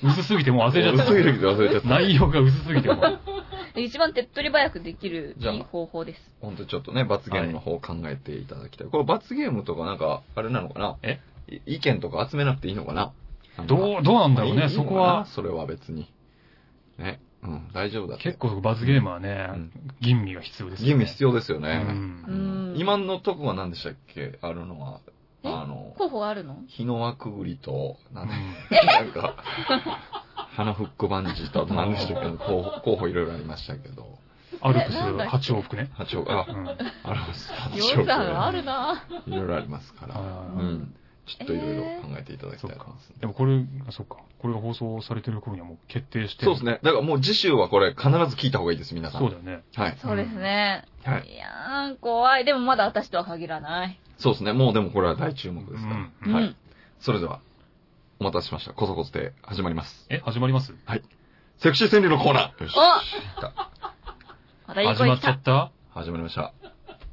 S1: 薄すぎてもう忘れちゃった
S2: 薄い時で忘れちゃった。
S1: 内容が薄すぎてもう。
S3: 一番手っ取り早くできる
S2: じゃあ
S3: いい方法です。
S2: ほんとちょっとね、罰ゲームの方を考えていただきたい。これ罰ゲームとかなんか、あれなのかな
S1: え
S2: い意見とか集めなくていいのかななんか
S1: どう、どうなんだろうね、
S2: まあいいの
S1: そ
S2: かな
S1: こは。
S2: それは別に。ね。うん、大丈夫だって。
S1: 結構罰ゲームはね
S2: うん、
S1: 吟味が必要ですよね。
S2: 義務必要ですよ
S1: う。
S2: ね。
S3: うんん。
S2: 今のとこは何でしたっけあるのは、
S3: え
S2: あの、
S3: 候補があるの
S2: 日の輪くぐりと、なん
S1: う
S2: で、
S1: ん
S2: なんか、花フックバンジーと、あと何で したっけ候補、候補いろいろありましたけど、
S1: アルプス
S3: えなんだっけ
S1: 八往復ね。
S2: 八億、
S1: う
S2: あ、
S1: ん。
S2: あります。八
S3: 予
S2: 億
S3: 算あるなぁ。
S2: いろいろありますから、
S1: あ
S2: う
S1: ー
S2: ん。ちょっといろいろ考えていただきたいと思いますね。
S1: でもこれ、あそっか。これが放送されてる頃にはもう決定して
S2: そう
S1: る。
S2: ですね。だからもう次週はこれ必ず聞いた方がいいです、皆さん。
S1: そうだよね。
S2: はい。
S3: そうですね。
S2: はい
S3: やー、怖い。でもまだ私とは限らない。
S2: そうですね。もうでもこれは大注目ですから。
S1: うん
S2: は
S3: う
S2: い
S3: ん。
S2: それでは、お待たせしました。コソコソで始まります。
S1: え、始まります
S2: セクシー川柳のコーナーよし
S3: お
S2: 来た
S3: またいい
S1: 始
S3: 声
S1: ま
S3: 来
S1: っちゃ
S3: た
S1: っ。た
S2: 始まりました。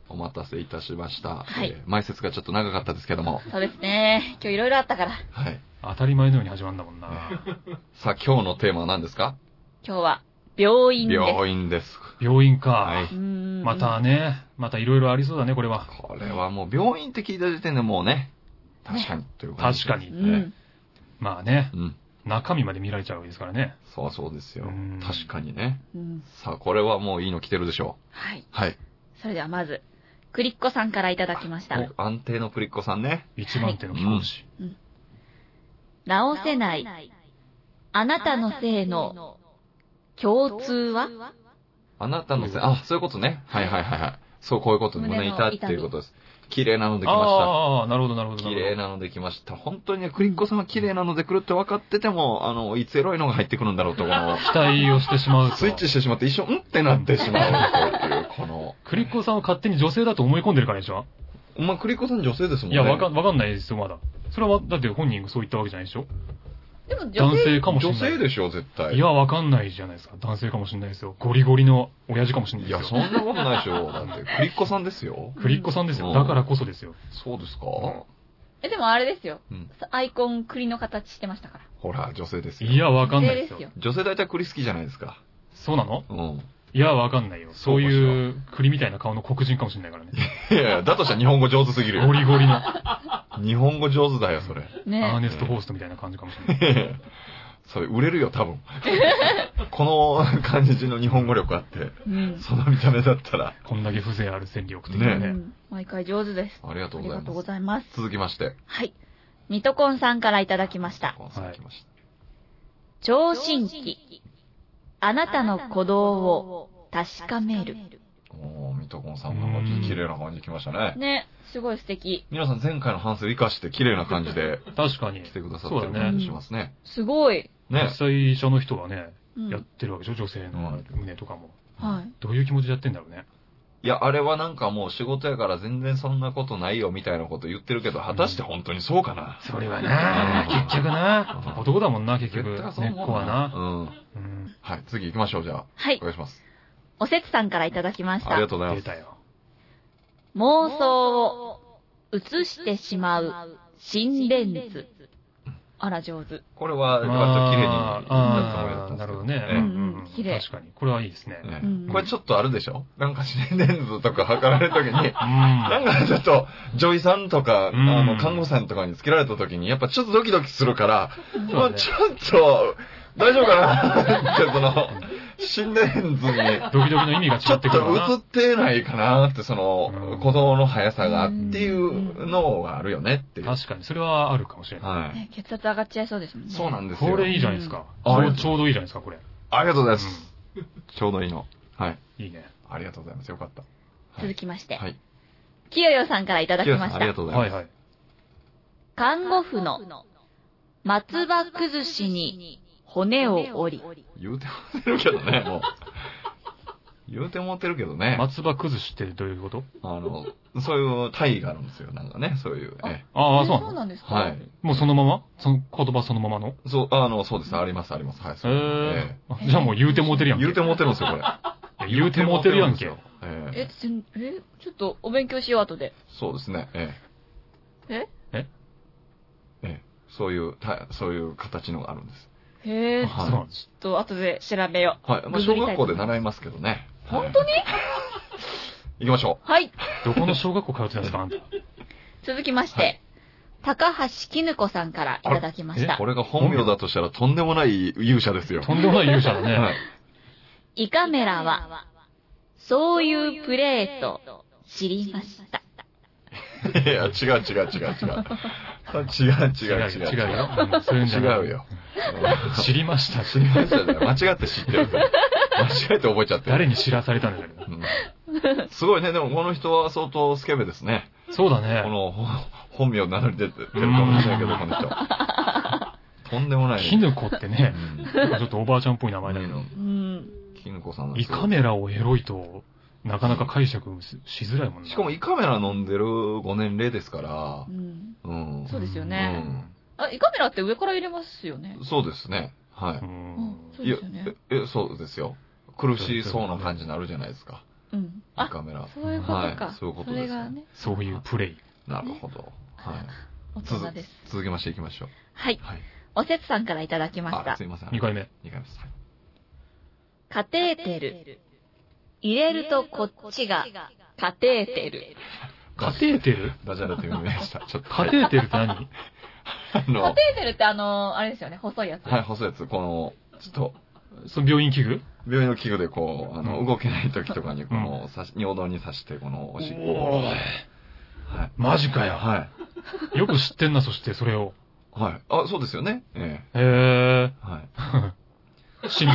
S2: お待たせいたしました。
S3: は
S2: え
S3: い
S2: ー前説がちょっと長かったですけども。
S3: そうですね。今日いろいろあったから。
S2: はい。
S1: 当たり前のように始まるんだもんな。
S2: さあ、今日のテーマは何ですか
S3: 今日は、病院です。
S2: 病院です。
S1: 病院か。
S2: はい。
S3: 院
S1: またね、またいろいろありそうだね、これは。
S2: これはもう病院って聞いた時点でもうね、確かにという感じ
S1: 確か
S3: う
S1: に。
S3: ん。
S1: まあね、
S2: うん。
S1: 中身まで見られちゃうわけですからね。
S2: そうそうですよ
S1: うん。
S2: 確かにね。
S3: うん。
S2: さあ、これはもういいの来てるでしょ
S3: はい。
S2: う。はい。
S3: それではまず、クリッコさんからいただきました。
S2: お安定のプリッコさんね。
S1: 一番手の飛行士。
S3: 治せない、
S4: あな
S3: あなた
S4: た
S3: の
S4: の
S3: 性
S4: 性
S3: の
S4: の共
S3: 共
S4: 通
S3: 通
S4: は
S3: は
S2: あなたのせ、あ、そういうことね。はいはいはいはい。そう、こういうこと。
S4: 胸の
S2: 胸板っていうことです。綺麗なのできまし
S1: ああ、なるほど、なるほ
S2: た。
S1: ど。
S2: 綺
S1: な
S2: 麗
S1: る
S2: なのできました。本当にね、クリッコさんは綺麗なので来るって分かってても、あの、いつエロいのが入ってくるんだろうと、この、
S1: ほど。期待をしてしまうと。
S2: スイッチしてしまって一瞬、んってなってしまうという、この、
S1: クリッコさんを勝手に女性だと思い込んでるからでしょ
S2: まあ、クリッコさん女性ですもん
S1: い
S2: ね。
S1: や、わかん、わかんないですよ、まだ。それは、だって本人がそう言ったわけじゃないでしょ
S3: でも女性
S1: 男性かもしれ
S2: 女
S1: ない。
S2: 性でしょ、絶対。
S1: いや、わかんないじゃないですか。男性かもしれないですよ。ゴリゴリの親父かもしれない
S2: い
S1: で
S2: や、
S1: す
S2: そ
S1: よ。
S2: んなことないで しょ。だって、クリッコさんですよ。
S1: フリッコさんですよ。
S2: うん
S1: だからこそですよ。
S2: そうですか
S3: え、でもあれですよ。
S2: うん。
S3: アイコン栗の形してましたから。
S2: ほら、女性ですよ。
S1: いや、わ
S3: わ
S1: かんないですよ。。
S2: 女性大体栗好きじゃないですか。
S1: そうなの
S2: うん。
S1: いや、わかんないよ。
S2: そ
S1: そうう
S2: かしら
S1: いう栗みたいな顔の黒人かもしれないからね。
S2: いやいや、だとしたら日本語上手すぎるよ
S1: ゴ。リゴリのア
S2: 日本語上手だよ、それ。
S1: ー
S3: ね
S1: ネスト・ホーストみたいな感じかもしれない。
S2: それ、売れるよ、多分。この感じの日本語力あって、
S3: うん。
S2: その見た目だったら。
S1: こんだけ風情ある戦力的
S3: う
S1: なね。
S3: ん毎回上手です。
S2: ありがと
S3: あ
S2: う
S3: り
S2: ござ
S3: が
S2: い
S3: と
S2: ま
S3: うご
S2: す。
S3: ざいます。
S2: 続きまして。
S4: はい。ミトコンさんからいただきました。
S2: こう続きまして
S3: 更
S4: 聴
S3: 新
S4: 診器。
S3: 機。
S4: あ
S3: あ
S4: なた
S3: なたの
S4: の鼓
S3: 鼓
S4: 動
S3: 動
S4: を
S3: を
S4: 確か
S3: 確
S4: め
S3: め
S4: る
S3: る。。
S2: おー、ミトコンさんなんか綺麗な感じきましたね。
S3: ね、すごい素敵。
S2: 皆さん前回の反省を生かして綺麗な感じ で
S1: 確かに
S2: 来。てくださってる感じしますね。
S3: すごい。
S1: 主
S2: ね。
S1: 催者の人がね、
S3: うん
S1: やってるわけでしょ女性の胸とかも。
S3: はい。
S1: どういう気持ちでやってんだろうね。
S2: いや、あれはなんかもう仕事やから全然そんなことないよみたいなこと言ってるけど、果たして本当にそうかな。
S1: それはな
S2: うん
S1: 結局な
S2: うん
S1: 男だもんな、結局。根
S2: 絶対
S1: っ
S2: そう思う
S1: こはな。
S2: う
S1: う
S2: ん。
S1: ん。
S2: はい、次行きましょう、じゃあ。
S4: はい
S2: お。願いします。
S4: おせつさんからいただきまし
S2: ありが
S4: た。
S2: とうございま
S1: 出
S2: す。
S1: たよ。
S3: 妄
S4: 妄想を
S3: 想を
S4: 映
S3: し
S4: してて
S3: し
S4: し
S3: ま
S4: ま
S3: う
S4: う
S3: 心
S4: 心
S3: レ
S4: レ
S3: ン
S4: ン
S3: ズ
S4: ズ。
S3: あら、上手。
S2: これは、割と綺麗にやった
S1: あ
S2: つもりだっ
S1: あ、
S2: たんで
S1: な
S2: すけ
S1: るほ
S2: ど
S1: どね。
S2: え
S1: う
S2: え
S1: んうん
S3: 綺麗
S1: 確かに。これはいいですね。
S2: え
S3: う
S2: え
S3: ん
S2: これちょっとあるでしょなんか心電図とか測られるとき に、
S1: う
S2: なん
S1: ん。
S2: かちょっと、女医さんとか、あ
S1: うん
S2: の、看護師さんとかにつけられたときに、やっぱちょっとドキドキするから、
S1: そう
S2: ま
S1: だ
S2: あ
S1: ね
S2: ちょっと、大丈夫かなって、その、心電図に、
S1: ドキドキの意味が
S2: ち
S1: 違
S2: ょっ
S1: ってくるわ
S2: と
S1: な。
S2: 映ってないかなって、そ
S1: うん
S2: の、鼓動の速さがっていうのがあるよねっていう。
S1: 確かに、それはあるかもしれない。
S2: はい。
S3: ね血圧上がっちゃいそうですもんね。
S2: そうなんですよ。
S1: これいいじゃないですか。
S2: うんあ
S1: こ
S2: り
S1: れ
S2: がとう
S1: ちょうどいいじゃないですか、これ。
S2: ありがとうございます。ちょうどいいの。はい。
S1: いいね。
S2: ありがとうございます。よかった。はい
S4: 続きまして
S2: は。い。
S4: きよよさんからいただき
S2: キヨさ
S4: ま
S2: ん
S4: し
S2: ありが
S4: た。
S2: とうござ
S1: は
S2: いま
S1: い
S2: す。
S1: はい。
S4: 看
S3: 看
S4: 護
S3: 護
S4: 婦
S3: 婦
S4: の
S3: の
S4: 松葉
S3: 唾
S4: 崩
S3: 崩
S4: し
S3: し
S4: に
S3: に
S4: 骨
S3: 骨を
S4: を折
S3: 折
S4: り。
S3: り。
S2: 言うてもってるけど ね、もう。言うてもってるけどね。
S1: 松葉崩しってどういうこと
S2: あの、そういう体位があるんですよ。なんかね、そういう。え
S1: ああ、そう
S3: え
S1: な
S3: そ
S1: の
S3: うなんですか
S2: はい。。
S1: もうそのままその言葉そのままの
S2: そう、あの、そうです。あります、あります。はい。
S1: へ
S2: そう
S1: え
S2: え
S1: ー。じゃあもう言うてもうてる
S2: え
S1: やんけ。
S2: 言うてもってるんですよ、これ。
S1: 言うてもうてるやんけ。
S2: ええ、
S3: えちょえ、ちょっとお勉強しよう、後で。
S2: そうですね。え
S3: え
S2: え。ええ。そういう、たそういう形のがあるんです。
S3: へえ、ち
S1: そうなんです
S3: ょ。っと後で調べよ
S2: はい。まあ、
S3: グ
S2: 小
S3: グりた
S2: 学
S3: い
S2: 校で習いますけどね。
S3: う。本当
S2: に
S3: に
S2: 行きましょ
S3: はい。
S1: どこの小学校通ってたんですか、あんた。
S4: 続きまし
S2: は
S4: て、高橋きぬこさんからいただきまし
S2: う。
S4: た
S2: こ。れが本名だとしたらとんでもない勇者ですよ。
S1: とんでもない勇者だ
S2: はい
S1: ね。。
S4: 胃
S3: カ
S4: カ
S3: メ
S4: メ
S3: ラ
S4: ラは、
S3: は、
S4: そ
S3: こ
S4: う
S3: う
S4: い
S3: いうう
S4: プ
S3: プ
S4: レ
S3: レ
S4: ー
S3: ー
S4: と
S3: と
S4: 知りました。
S2: い や、違う違う違う違う。違う 違う違う。
S1: 違うよ。うんそういうんじゃない
S2: 違うよ。
S1: 知りました。
S2: 知りましたね。間違って知ってるから。間違えて覚えちゃってる。
S1: 誰に知らされたんだろ
S2: うんすごいね。でもこの人は相当スケベですね。
S1: う。そうだ
S2: こ
S1: ね。
S2: のほ本名を名乗り出てるかもしれないけど、こ の人。とんでもない。
S1: きぬこってね
S2: う、ん
S1: なんかちょっとおばあちゃんっぽい名前だけ
S2: う
S1: ど、
S2: ん
S3: うん。
S2: キヌコさんなんで
S1: 胃
S2: すよ
S1: カメラをエロいと、なかなか解釈ししづらいもんね。
S2: しかも胃カメラ飲んでる5年齢ですから
S3: う、ん。
S2: うん。
S3: そうですよ
S2: う
S3: ね。
S2: ん
S3: あ、胃カメラって上から入れますよね。
S2: そうですね。は
S1: う
S2: い。
S1: ん。
S3: そうですよね
S2: いやええそうですよ。苦しそうな感じになるじゃないですか。
S3: うん。
S2: 胃
S3: あ、
S2: カメラ。
S3: そういうこと
S2: はい
S3: か。
S2: そういうことです
S3: それがね、
S1: そういうプレイ。
S2: なるほど。はい。
S3: 大
S2: 続
S3: 人です。
S2: 続きましていきましょう。
S4: はい。
S2: はい。
S4: おせつさんからいただきまし
S2: あ、
S4: た
S2: す。いません。
S1: 2回目。
S2: 二回目です。はい
S4: カテーテル。
S3: ル。
S4: 入
S3: 出
S4: れ
S3: る
S4: る
S3: と
S4: と
S3: こ
S4: こ
S3: っ
S4: っ
S3: ち
S4: ち
S3: が
S4: が、
S3: カ
S4: カ
S3: テー
S4: テー
S3: テ
S4: テ
S3: ル
S4: ル。
S1: カテーテル
S2: ダジャレと読みま した。ちょっと。
S1: カテーテルって何
S2: あの、
S3: カ
S2: は
S3: テーテルってあの、あれですよね、細いやつ。
S2: い、細いやつ。この、ちょっと、
S1: その病院器具
S2: 病院の器具でこう、あの、
S1: うん
S2: 動けない時とかに、こ
S1: う
S2: の、刺し尿道に刺して、この、おしっこ
S1: おー
S2: をはい。
S1: マジかよ
S2: はい。
S1: よく知ってんな、そしてそれを。
S2: はい。あ、そうですよね。え
S1: へえ
S2: え。 はい。
S1: ー。死に、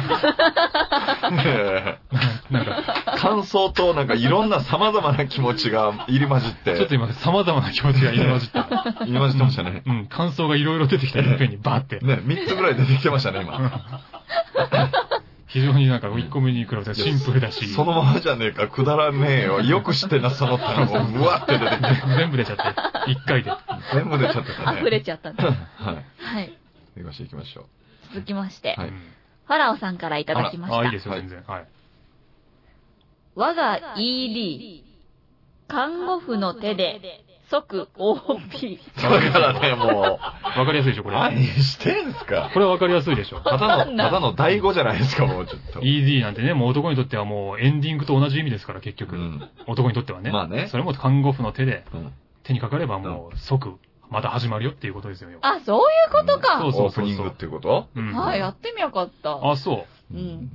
S1: なんか、
S2: 感想となんかいろんな様々な気持ちが入り混じって、
S1: ちょっと今、様々な気持ちが入り混じった。
S2: 入り混じってましたね。
S1: うん、感想がいろいろ出てきた、いっぺんにバーって。
S2: ね、3つぐらい出てきてましたね、今。
S1: 非常になんか1個目に比べて シンプルだし、
S2: そのままじゃねえか、くだらねえよ。よくしてなさのったのもう、うわって出てきて、
S1: 全部出ちゃって、1回で。
S2: 全部出ちゃってたね。
S3: 溢れちゃったね。
S2: はい。
S4: はい。
S2: 行きましょう、行きましょう。
S4: 続きまして、
S2: はい
S4: ファラオさんからいただきま
S1: あ、いい
S4: し
S1: で
S4: た。
S1: すよ、全然。はい。
S4: 我が ED、看護婦の手で、即 OP。
S2: だからね、も
S1: わかりやすいでしょ、
S2: う、
S1: これ。
S2: 何してんすか
S1: これはわかりやすいでしょ。
S2: ただ
S3: わか
S2: の、
S3: んない
S2: ただの第五じゃないですか、もうちょっと。
S1: ED なんてね、もう男にとってはもうエンディングと同じ意味ですから、結
S2: う
S1: 局。
S2: ん。
S1: 男にとってはね。
S2: まあね
S1: それも看護婦の手で、
S2: うん
S1: 手にかかればもう即、また始まるよっていうことですよ。要は
S3: あ、そういうことか。
S1: そう
S2: オープニングっていうこと
S1: うん。
S3: あやってみよかった。
S1: あ、そう
S2: うん
S3: ん。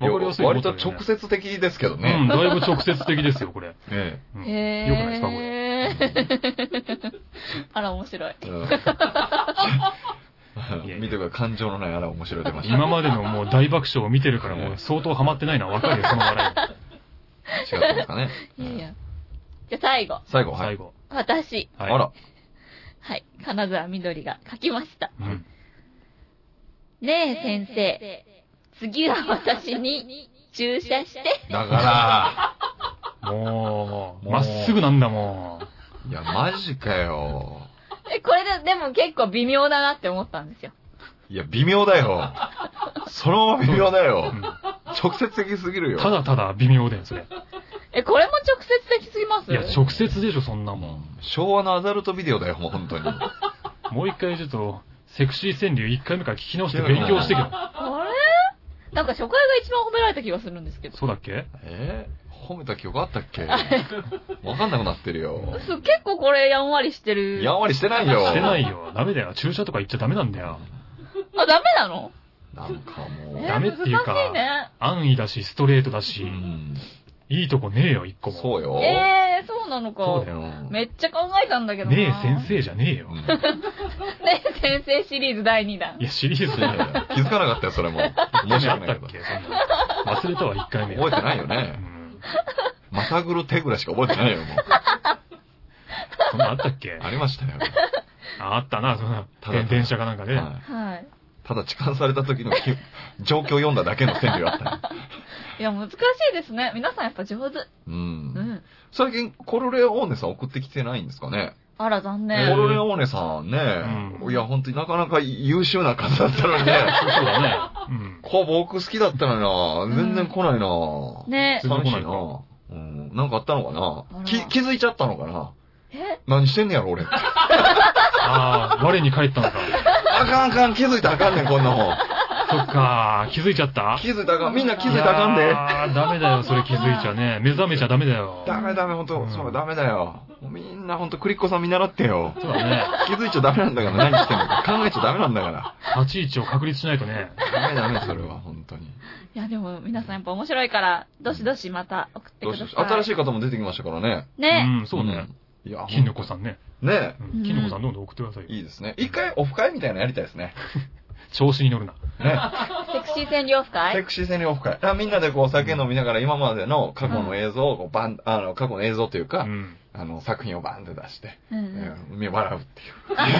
S1: う。わかりやすい
S2: 割
S1: こと
S2: と
S1: だよね
S2: 直接的ですけど
S1: うん、
S2: ね。
S1: だいぶ直接的ですよ、これ。
S2: え
S1: うん
S3: へ
S1: よくないですか、これ。
S3: え。 あら、面白い。
S2: えうん
S1: いや
S2: 見てください感情のないあら面白い出ました。
S1: 今までのもう大爆笑を見てるからもう相当ハマってないのはわかる よ、その笑い。
S2: 違ったんですかね。
S3: いやいや。じゃあ最後。
S2: 最後、は
S1: 最
S2: い。
S1: 後。
S3: 私。
S1: はい。
S2: あら。
S3: はい。金沢みどりが書きました。
S1: うん。
S3: ねえ、先生。次は私 に注射して。
S2: だから、
S1: もう、
S2: もう
S1: まっすぐなんだもん。
S2: いや、マジかよ。
S3: え、これで、でも結構微妙だなって思ったんですよ。
S2: いや、微妙だよ。そのまま微妙だよ
S1: う。ん
S2: 直接的すぎるよ。
S1: ただただ微妙だよ、それ。
S3: え、これも直接的すぎます
S1: いや、直接でしょ、そんな
S2: う
S1: も
S2: ん昭和のアダルトビデオだよ、もう本当に。
S1: ん。もう一回ちょっと、セクシー川柳一回目から聞き直して勉強してけよ。
S3: あれなんか初回が一番褒められた気がするんですけど。
S1: そうだっけ
S2: えー褒めた記憶あったっけわかんなくなってるよ。
S3: そう結構これやんわりしてる。
S2: やんわりしてないよ。
S1: してないよ。ダメだよ。注射とか言っちゃダメなんだよ。
S3: あ、ダメなの
S2: なんかも
S3: え
S1: ダメっていうか
S3: 難しいね。
S1: 安易だし、ストレートだし
S2: う。う、ん。
S1: いいとこねえよ、一個も。
S2: そうよ。
S3: えー、そうなのか。
S1: そうだ
S2: うん
S3: めっちゃ考えたんだけどな。
S1: ねえ、先生じゃねえよ
S2: う。ん
S3: 生。ねえ、先生シリーズ第2弾
S1: い。や、シリーズ
S2: い
S1: だ
S2: やい
S1: よ。
S2: や気づかなかったよ、それも。
S1: 何
S2: 面
S1: あ
S2: 白
S1: った
S2: く
S1: っ
S2: ないけ
S1: けそんなの忘れたわ、一回目。
S2: ど。覚えてないよ
S1: う
S2: ね。
S1: ん。
S2: まさぐる手ぐらいしか覚えてないよ、もう。
S1: そんなあったっけ
S2: ありましたよ。
S1: ああったな、そんな
S2: ただ。
S1: 電車かなんかで。
S2: はい
S3: はい。
S2: ただ、痴漢された時の気状況を読んだだけの川柳があったよ。
S3: いや、難しいですね。皆さんやっぱ上手。
S2: う。
S3: うんん。
S2: 最近、コルレオーネさん送ってきてないんですかね
S3: あら、
S1: え
S3: 残
S1: ー
S2: コ
S3: 念。
S2: ルレオーネさんね、
S1: うん
S2: いや、本当になかなか優秀な方だったの にね、
S1: そうだね。うん。
S2: こう僕好きだったのにな、全然来ないな、
S3: ね
S1: 全然来
S2: 寂しい
S1: ない
S2: な、うん、なんかあったのか
S3: あ
S2: な
S3: ら
S2: き気づいちゃったのかな
S3: え
S2: 何してんねやろ、俺。あ
S1: ああ、我に返ったのか。
S2: かんあかん、気づいたらあかんねん、こんなもん。
S1: そっか、気づいちゃった
S2: 気づいたらあかん、みんな気づいたらあかん
S1: い
S2: で。
S1: やーダメだよ、それ気づいちゃね。目覚めちゃダメだよ。
S2: ダメダメ、ほんと、
S1: うん
S2: そう、ダメだよ。もうみんなほんと、クリッコさん見習ってよ。
S1: そうだね。
S2: 気づいちゃダメなんだから、何してんの か。考えちゃダメなんだから。
S1: 立ち位置を確立しないとね。
S2: ダメダメ、それは、本当に。
S3: いや、でも皆さんやっぱ面白いから、どしどしまた送って
S2: ど
S3: く
S2: う
S3: だ
S2: し
S3: さ
S2: よ。
S3: いう
S2: 新しい方も出てきましたからね。
S3: ね
S1: うん、そうね。
S2: うん。いや、
S1: きのこさんね。
S2: ん。ね
S1: うんきのこさんどんどん送ってくださいよ。
S2: いいですね。一回オフ会みたいなのやりたいですね。
S1: 調子に乗るな。
S2: ね。
S3: セクシー占領
S2: セ
S3: 会
S2: クシー戦略オフ会。あみんなでこうお酒飲みながら今までの過去の映像をこうバン、あの、過去の映像という
S1: う
S2: か、
S1: ん。
S2: あの、作品をバンって出して、
S3: うんう。
S2: うんん、海笑うっていう。
S3: 楽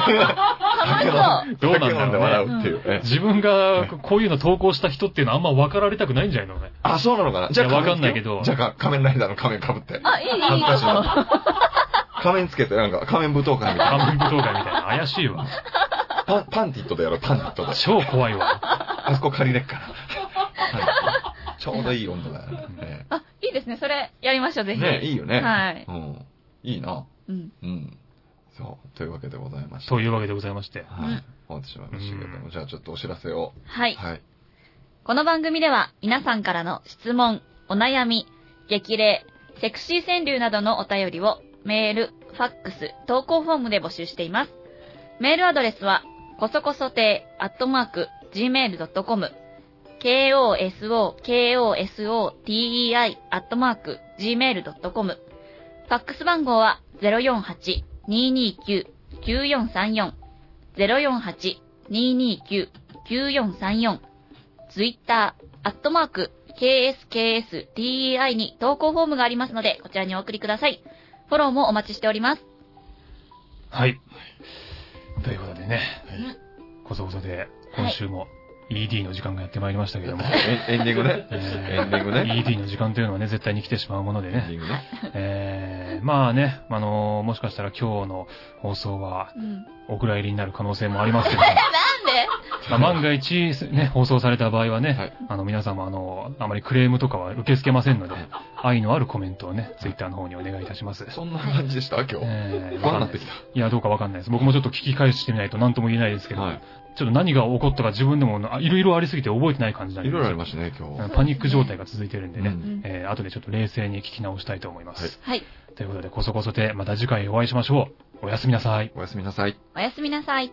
S3: しそう。
S1: どうなんだ
S2: 酒
S1: ろうね
S2: 飲んで笑うっていう。え
S1: 自分がこういうの投稿した人っていうのはあんま分かられたくないんじゃないのね。
S2: あ、そうなのかなじゃあ
S1: いやわかんないけど
S2: じゃあか仮面ライダーの仮面被って。
S3: あ、いい、いい、いい。
S2: 恥ずかしいな。仮面つけて、なんか仮面舞踏会みたい
S1: カ
S2: な。
S1: ムイ舞踏会みたいな。怪しいわ。
S2: パン、パンティットでやろう、パンティットで。
S1: 超怖いわ。
S2: あそこ借りれっから。はいちょうどいい温度だよね。え
S3: あ、いいですね。それ、やりましょう、ぜ
S2: え
S3: ひ。
S2: ねえいいよね。
S3: はい
S2: うん。いいな。
S3: うん。
S2: うん。そう。というわけでございました。
S1: というわけでございまして。
S2: は
S3: う
S2: い
S3: ん。
S2: 終わってしまいましたけど
S1: う
S2: も、
S1: ん
S2: じゃあちょっとお知らせを。
S4: はい。
S2: はい。
S4: この番組では皆さんからの質問、お悩み、激励、セクシー川柳などのお便りをメール、ファックス、投稿フォームで募集しています。メールアドレスは、こそこそ亭アットマーク、gmail.com、kosokosotei アットマーク、gmail.com、ファックス番号は048-229-9434、
S3: 048-229-9434、ツイッター、アットマーク、KSKSTEI に投稿フォームがありますので、こちらにお送りください。フォローもお待ちしております。
S1: はい。ということでね、
S2: はい
S1: こそこそで今週も ED の時間がやってまいりましたけども、
S2: エンエンディングね。
S1: えー
S2: エンディングね。
S1: ED の時間というのはね、絶対に来てしまうもので
S2: エンデ
S1: ね、
S2: ィングね。
S1: えー、まあね、あのーもしかしたら今日の放送は
S5: うん。なんで
S1: お蔵入りになる可能性もありますけども、 まあ、万が一、ね、放送された場合はね、
S2: はい
S1: あの皆様あの、あまりクレームとかは受け付けませんので、愛のあるコメントをね、ツイッターの方にお願いいたします。
S2: そんな感じでした今日。
S1: えー
S2: 不安になってき
S1: いや、どうかわかんないです。僕もちょっと聞き返してみないと何とも言えないですけ
S2: た。
S1: ど、
S2: はい。
S1: ちょっと何が起こったか自分でも、あいろいろありすぎて覚えてない感じなん
S2: い
S1: で
S2: ろいろありましたね、今日。
S1: パニック状態が続いてるんでね、
S2: うん
S1: えー後でちょっと冷静に聞き直したいと思います。
S2: はい
S5: はい
S1: ということで、こそこそでまた次回お会いしましょう。おやすみなさい。
S2: おやすみなさい。
S3: おやすみなさい。